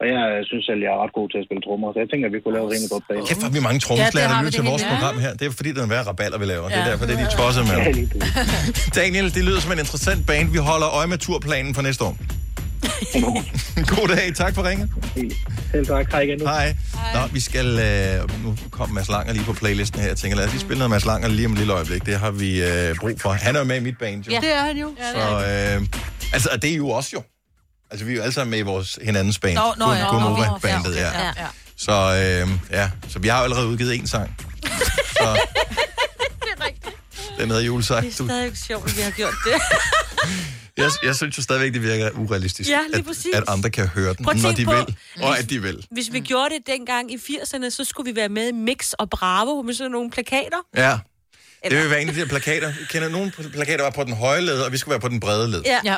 Og jeg synes selv, jeg er ret god til at spille trommer, så jeg tænker, vi kunne lave et rimelig godt band.
Kæft, hvor er vi mange
Ja, det
trommeslager,
har
ja, der
vi
lytter til
det
vores
hele, ja.
program her. Det er fordi, det er en værre raballer, vi laver. Det er
Ja.
derfor, det er de tosser med.
<laughs>
<laughs> Ja, lige
Daniel, det lyder som en interessant band. Vi holder øje med turplanen for næste år. God dag. Tak for ringen.
Selv tak. Hej igen.
Hej. Nå, vi skal... Øh, nu kom Mads Langer lige på playlisten her. Jeg tænker, lad os lige spille noget Mads Langer lige om et lille øjeblik. Det har vi øh, brug for. Han er jo med i mit band, jo.
Ja, det er han jo. Ja, det er
Så, øh, altså, og det er jo også jo. Altså, vi er jo alle sammen med i vores hinandens band.
Nå, nå, ja. Nå, nå,
bandet
ja,
ja.
okay. Ja, ja.
Så, øh, ja. Så vi har jo allerede udgivet en sang. Så, den hedder julesang.
Det er
Du,
stadig sjovt, at vi har gjort det.
jeg, jeg synes jo stadigvæk, det virker urealistisk,
Ja, lige
at,
præcis.
at andre kan høre den,
Prøv at
når de
tænke på-
vil, og at de vil.
<laughs> Hvis vi gjorde det dengang i 80'erne, så skulle vi være med i Mix og Bravo med sådan nogle plakater.
Ja. Det vil være en af de der plakater. Jeg kender nogle pl- plakater var på den høje led, og vi skulle være på den brede led.
Ja. ja.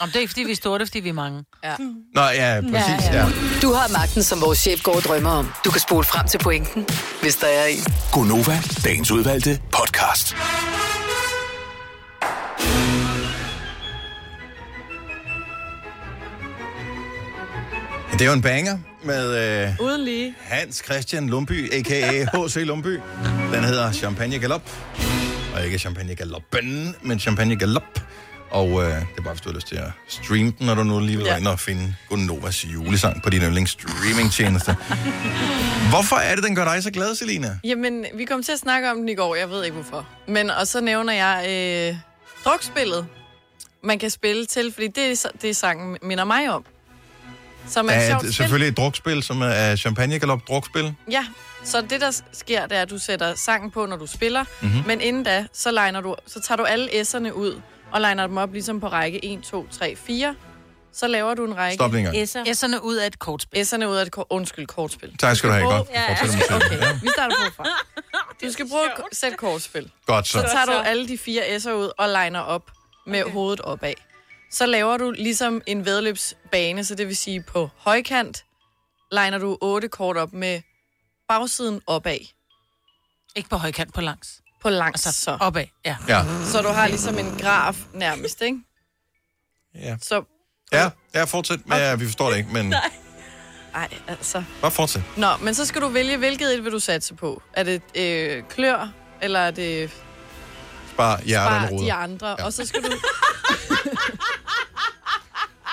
Om det er ikke, fordi vi er store, det er, fordi vi er mange. Ja.
Nå, ja, præcis. Ja, ja. ja.
Du har magten, som vores chef går og drømmer om. Du kan spole frem til pointen, hvis der er en.
Gonova, dagens udvalgte podcast.
Det er jo en banger med... Øh,
Uden lige.
Hans Christian Lumby, a.k.a. H.C. Lumby. Den hedder Champagne Galop. Og ikke Champagne Galoppen, men Champagne Galop. Og øh, det er bare, hvis du har lyst til at streame den, når du nu lige vil ja. ind og finde Gunnovas julesang på din yndlingsstreamingtjeneste. Hvorfor er det, den gør dig så glad, Selina?
Jamen, vi kom til at snakke om den i går, jeg ved ikke hvorfor. Men, og så nævner jeg øh, drukspillet, man kan spille til, fordi det, er så- det sangen minder mig om. Som er
Der
et
er
sjovt
et,
spil.
selvfølgelig et drukspil, som er champagnegalop drukspil.
Ja, så det der sker, det er, at du sætter sangen på, når du spiller,
Mhm.
mm-hmm. men inden da, så, liner du, så tager du alle s'erne ud og liner dem op ligesom på række 1, 2, 3, 4. Så laver du en række
Stop lige en gang.
S'er. S'erne ud af et kortspil. S'erne ud af et kort, undskyld, kortspil.
Tak skal du have, godt.
Ja,
Fortsætter med
ja.
selv.
Okay, vi starter forfra. Du skal prøve at sætte kortspil.
Godt så.
Så tager du alle de fire S'er ud og liner op med okay. hovedet opad. Så laver du ligesom en vedløbsbane, så det vil sige på højkant, liner du otte kort op med bagsiden opad. Ikke på højkant, på langs. På langs, altså, så. opad, ja.
Ja.
Så du har ligesom en graf nærmest, ikke?
Ja.
Så,
Ja, ja fortsæt. Men, ja, vi forstår det ikke, men
<laughs> nej. Ej, altså.
bare fortsæt.
Nå, men så skal du vælge, hvilket et vil du satse på. Er det øh, klør, eller er det
Bare hjerterne
bare de
ruder.
andre? Ja. Og så skal du...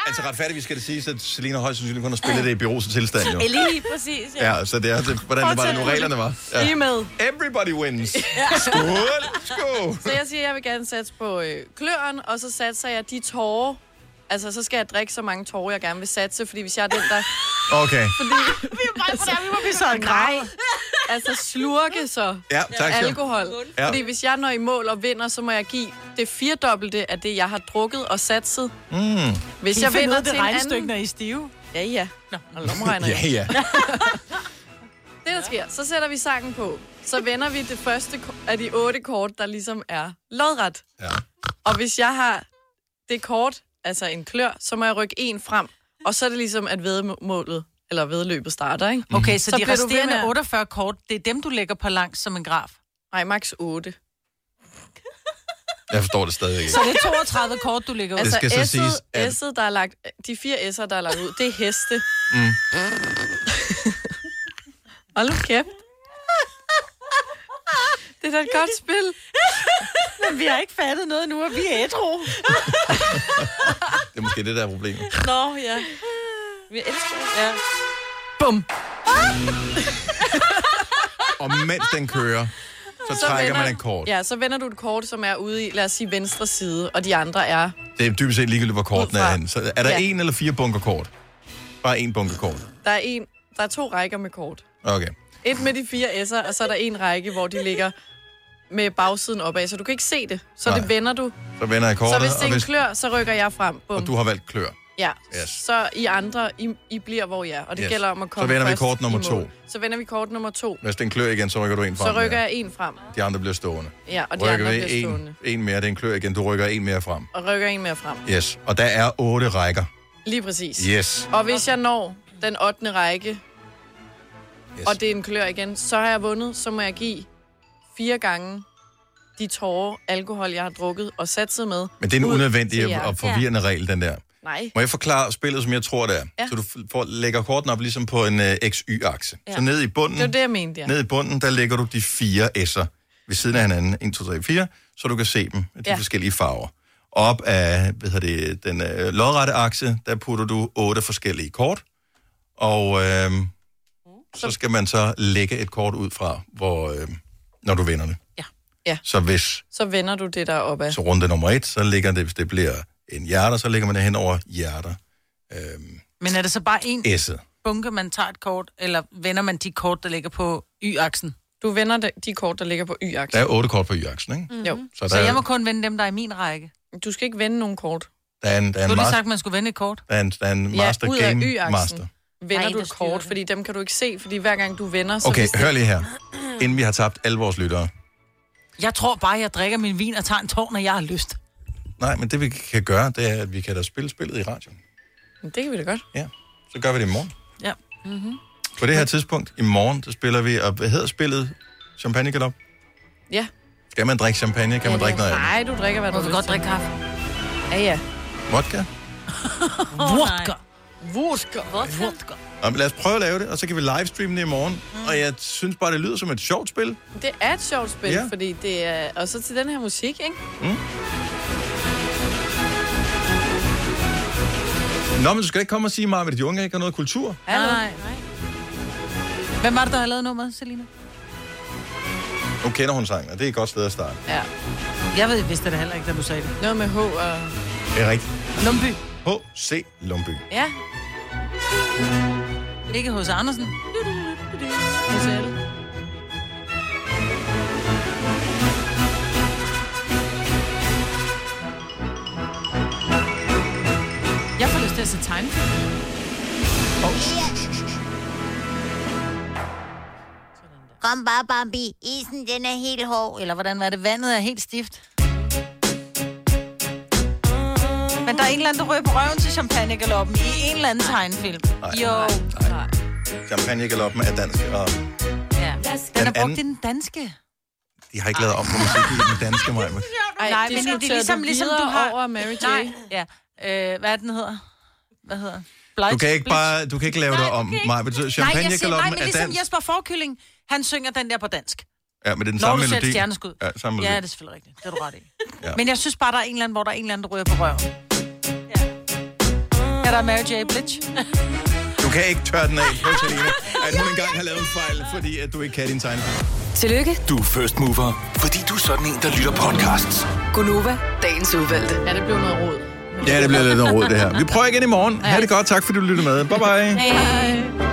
Altså retfærdigvis skal det siges, at Selina højst sandsynligt kun har spillet det i byrås tilstand, jo.
Lige præcis, ja.
Ja, så det er, det, hvordan det var det nu, reglerne var.
Lige
<laughs> Ja.
med.
Everybody wins. Skål, skål.
Så jeg siger, at jeg vil gerne satse på øh, kløren, og så satser jeg de tårer. Altså, så skal jeg drikke så mange tårer, jeg gerne vil satse, fordi hvis jeg er den, der...
Okay.
Fordi... vi er bare sådan, vi må blive <laughs> så Nej. Altså, slurke så
Ja, tak skal du-
alkohol.
Ja.
Fordi hvis jeg når i mål og vinder, så må jeg give det firedobbelte af det, jeg har drukket og satset.
Mm.
Hvis
I
jeg
finder
vinder
ud af det
til en
regnestykke,
anden...
når I
er stive? Ja, ja. Nå, når lommeregner
<laughs> Ja, ja.
Det, der sker, så sætter vi sangen på. Så vender vi det første ko- af de otte kort, der ligesom er lodret.
Ja.
Og hvis jeg har det kort, altså en klør, så må jeg rykke en frem. Og så er det ligesom, at vedmålet, eller vedløbet starter, ikke?
Okay, Mhm. så, så de
bliver du ved
resterende
med-
48 kort, det er dem, du lægger på langs som en graf.
Nej, maks 8.
Jeg forstår det stadig ikke.
Så det er 32 kort, du lægger ud.
Det skal så
Altså S'et,
siges, at-
S'et, der er lagt, de fire S'er, der er lagt ud, det er heste.
Mm.
<laughs> Hold nu kæft. <laughs> Det er da et godt spil.
Men vi har ikke fattet noget nu, og vi er ædru.
Det er måske det, der er problemet.
Nå, ja. Vi elsker det. Ja.
Bum.
Og mens den kører, så, trækker man et kort.
Ja, så vender du et kort, som er ude i, lad os sige, venstre side, og de andre er...
Det er dybest set ligegyldigt, hvor kortene er henne. Så er der
Ja.
en eller fire bunker kort? Bare en bunker kort.
Der er, en, der er to rækker med kort.
Okay.
Et med de fire S'er, og så er der en række, hvor de ligger med bagsiden opad, så du kan ikke se det. Så
Nej.
det vender du.
Så vender jeg kortet,
så hvis det er
og,
en klør, så rykker jeg frem. Bum.
og du har valgt klør.
Ja,
Yes.
yes. så I andre, I, I bliver, hvor I er. Og det
Yes.
yes. gælder om at
Så
komme
vender vi
først
kort
i
nummer
mål.
to.
Så vender vi kort nummer to.
Hvis den klør igen, så rykker du en frem.
Så rykker
ja.
jeg en frem,
De andre bliver stående.
Ja, og de andre
vi
bliver
en,
stående.
En mere, det er en klør igen. Du rykker en mere frem.
og rykker en mere frem.
Yes. Og der er otte rækker.
Lige præcis.
Yes.
Og hvis jeg når den 8. række, yes. og det er en klør igen, så har jeg vundet, så må jeg give fire gange de tårer alkohol, jeg har drukket og satset med.
Men det er en
ud
unødvendig
til jer.
og forvirrende regel, den der.
Nej.
Må jeg forklare spillet, som jeg tror, det er?
Ja.
Så du f- får, lægger kortene op ligesom på en øh, XY-akse.
Ja.
Så ned i bunden,
Det var det, jeg mente, ja.
ned i bunden, der lægger du de fire S'er ved siden af hinanden. 1, 2, 3, 4. Så du kan se dem af de ja.
Ja.
forskellige farver. Op af hvad hedder det, den øh, lodrette akse, der putter du otte forskellige kort. Og øh, så skal man så lægge et kort ud fra, hvor, øh, når du vinder det.
Ja.
Så hvis
Så vender du det der opad.
så runde nummer et, så ligger det, hvis det bliver en hjerter, så ligger man det hen over hjerter.
Men er det så bare en
S'et.
bunke, man tager et kort, eller vender man de kort, der ligger på y-aksen?
Du vender de, de kort, der ligger på y-aksen.
Der er otte kort på y-aksen, ikke?
Mm-hmm. Jo.
Så der,
Så
er-
jeg må kun vende dem, der er i min række.
Du skal ikke vende nogen kort.
der er en, der
Du
er
har
en,
lige
master,
sagt, at man skulle vende et kort.
der er en, der er en master
ja, ud
game
af y-aksen
master.
vender
Ej,
du
der
et kort, fordi dem kan du ikke se, fordi hver gang du vender... Så
Okay,
hvis det-
hør lige her. Inden vi har tabt alle vores lyttere.
Jeg tror bare, jeg drikker min vin og tager en tår, når jeg har lyst.
Nej, men det vi kan gøre, det er, at vi kan da spille spillet i radioen.
Men Det kan vi da godt.
Så gør vi det i morgen.
Ja. Mm-hmm.
På det her tidspunkt, i morgen, der spiller vi, og hvad hedder spillet? Champagne Galop?
Ja.
Skal man drikke champagne? Kan man drikke noget andet?
Nej, du drikker, hvad du
Må vi
vil.
godt drikke kaffe?
Ja, ja.
Vodka?
Vodka.
Vodka. Vodka.
Nå, men lad os prøve at lave det, og så kan vi livestreame det i morgen. Og jeg synes bare, det lyder som et sjovt spil.
Det er et sjovt spil,
Ja.
ja. fordi det er... Og så til den her musik, ikke?
Nå, men du skal ikke komme og sige mig, at de unge ikke har noget kultur.
Nej, nej. Hvem var det, der har lavet nummeret, Selina?
Nu kender hun sangen, og det er et godt sted at starte.
Ja.
Jeg ved, vidste det heller ikke, da du sagde det.
Noget med H og...
Det er rigtigt.
Lumby.
H.C. Lumby.
Ja.
Ikke hos Andersen.
Jeg får lyst til at se tegnefilm.
Kom bare, Bambi. Isen, den er helt hård. Eller hvordan var det? Vandet er helt stift. Men der er en eller anden, der rører på røven til champagnegaloppen i en eller anden tegnefilm. Jo. Nej.
Champagnegaloppen er dansk, og
Ja. Den er brugt
anden-
i den danske.
de har ikke lavet om på musikken i den danske mig.
Ej,
det sorterer
ligesom
du videre over Mary J.
Nej, ja. Øh, hvad er den hedder? Hvad hedder den?
Du kan ikke bare, du kan ikke lave det om.
ikke.
Nej, betyder
nej, jeg siger, nej, men
champagnegaloppen er
ligesom
dansk.
Jesper Forkylling, han synger den der på dansk.
Ja, men det er den
Når
samme
du selv
melodi.
stjerneskud.
Ja,
Ja,
samme
det er
melodi.
selvfølgelig rigtigt. Det er du ret i.
Ja.
ja. Men jeg synes bare, der er en eller anden, hvor der er en eller anden, der ryger på røven. Ja. Er der Mary J. Blige?
Du kan ikke tørre den af på
<laughs>
Talina, at hun engang har lavet en fejl, fordi at du ikke kan din tegnefilm.
Tillykke.
Du er first mover, fordi du er sådan en, der lytter podcasts.
Gunova, dagens udvalgte.
Ja, det blev noget råd.
Ja, det bliver lidt noget råd, det her. Vi prøver igen i morgen. Ha' det godt. Tak, fordi du lyttede med. Bye bye.
Hej.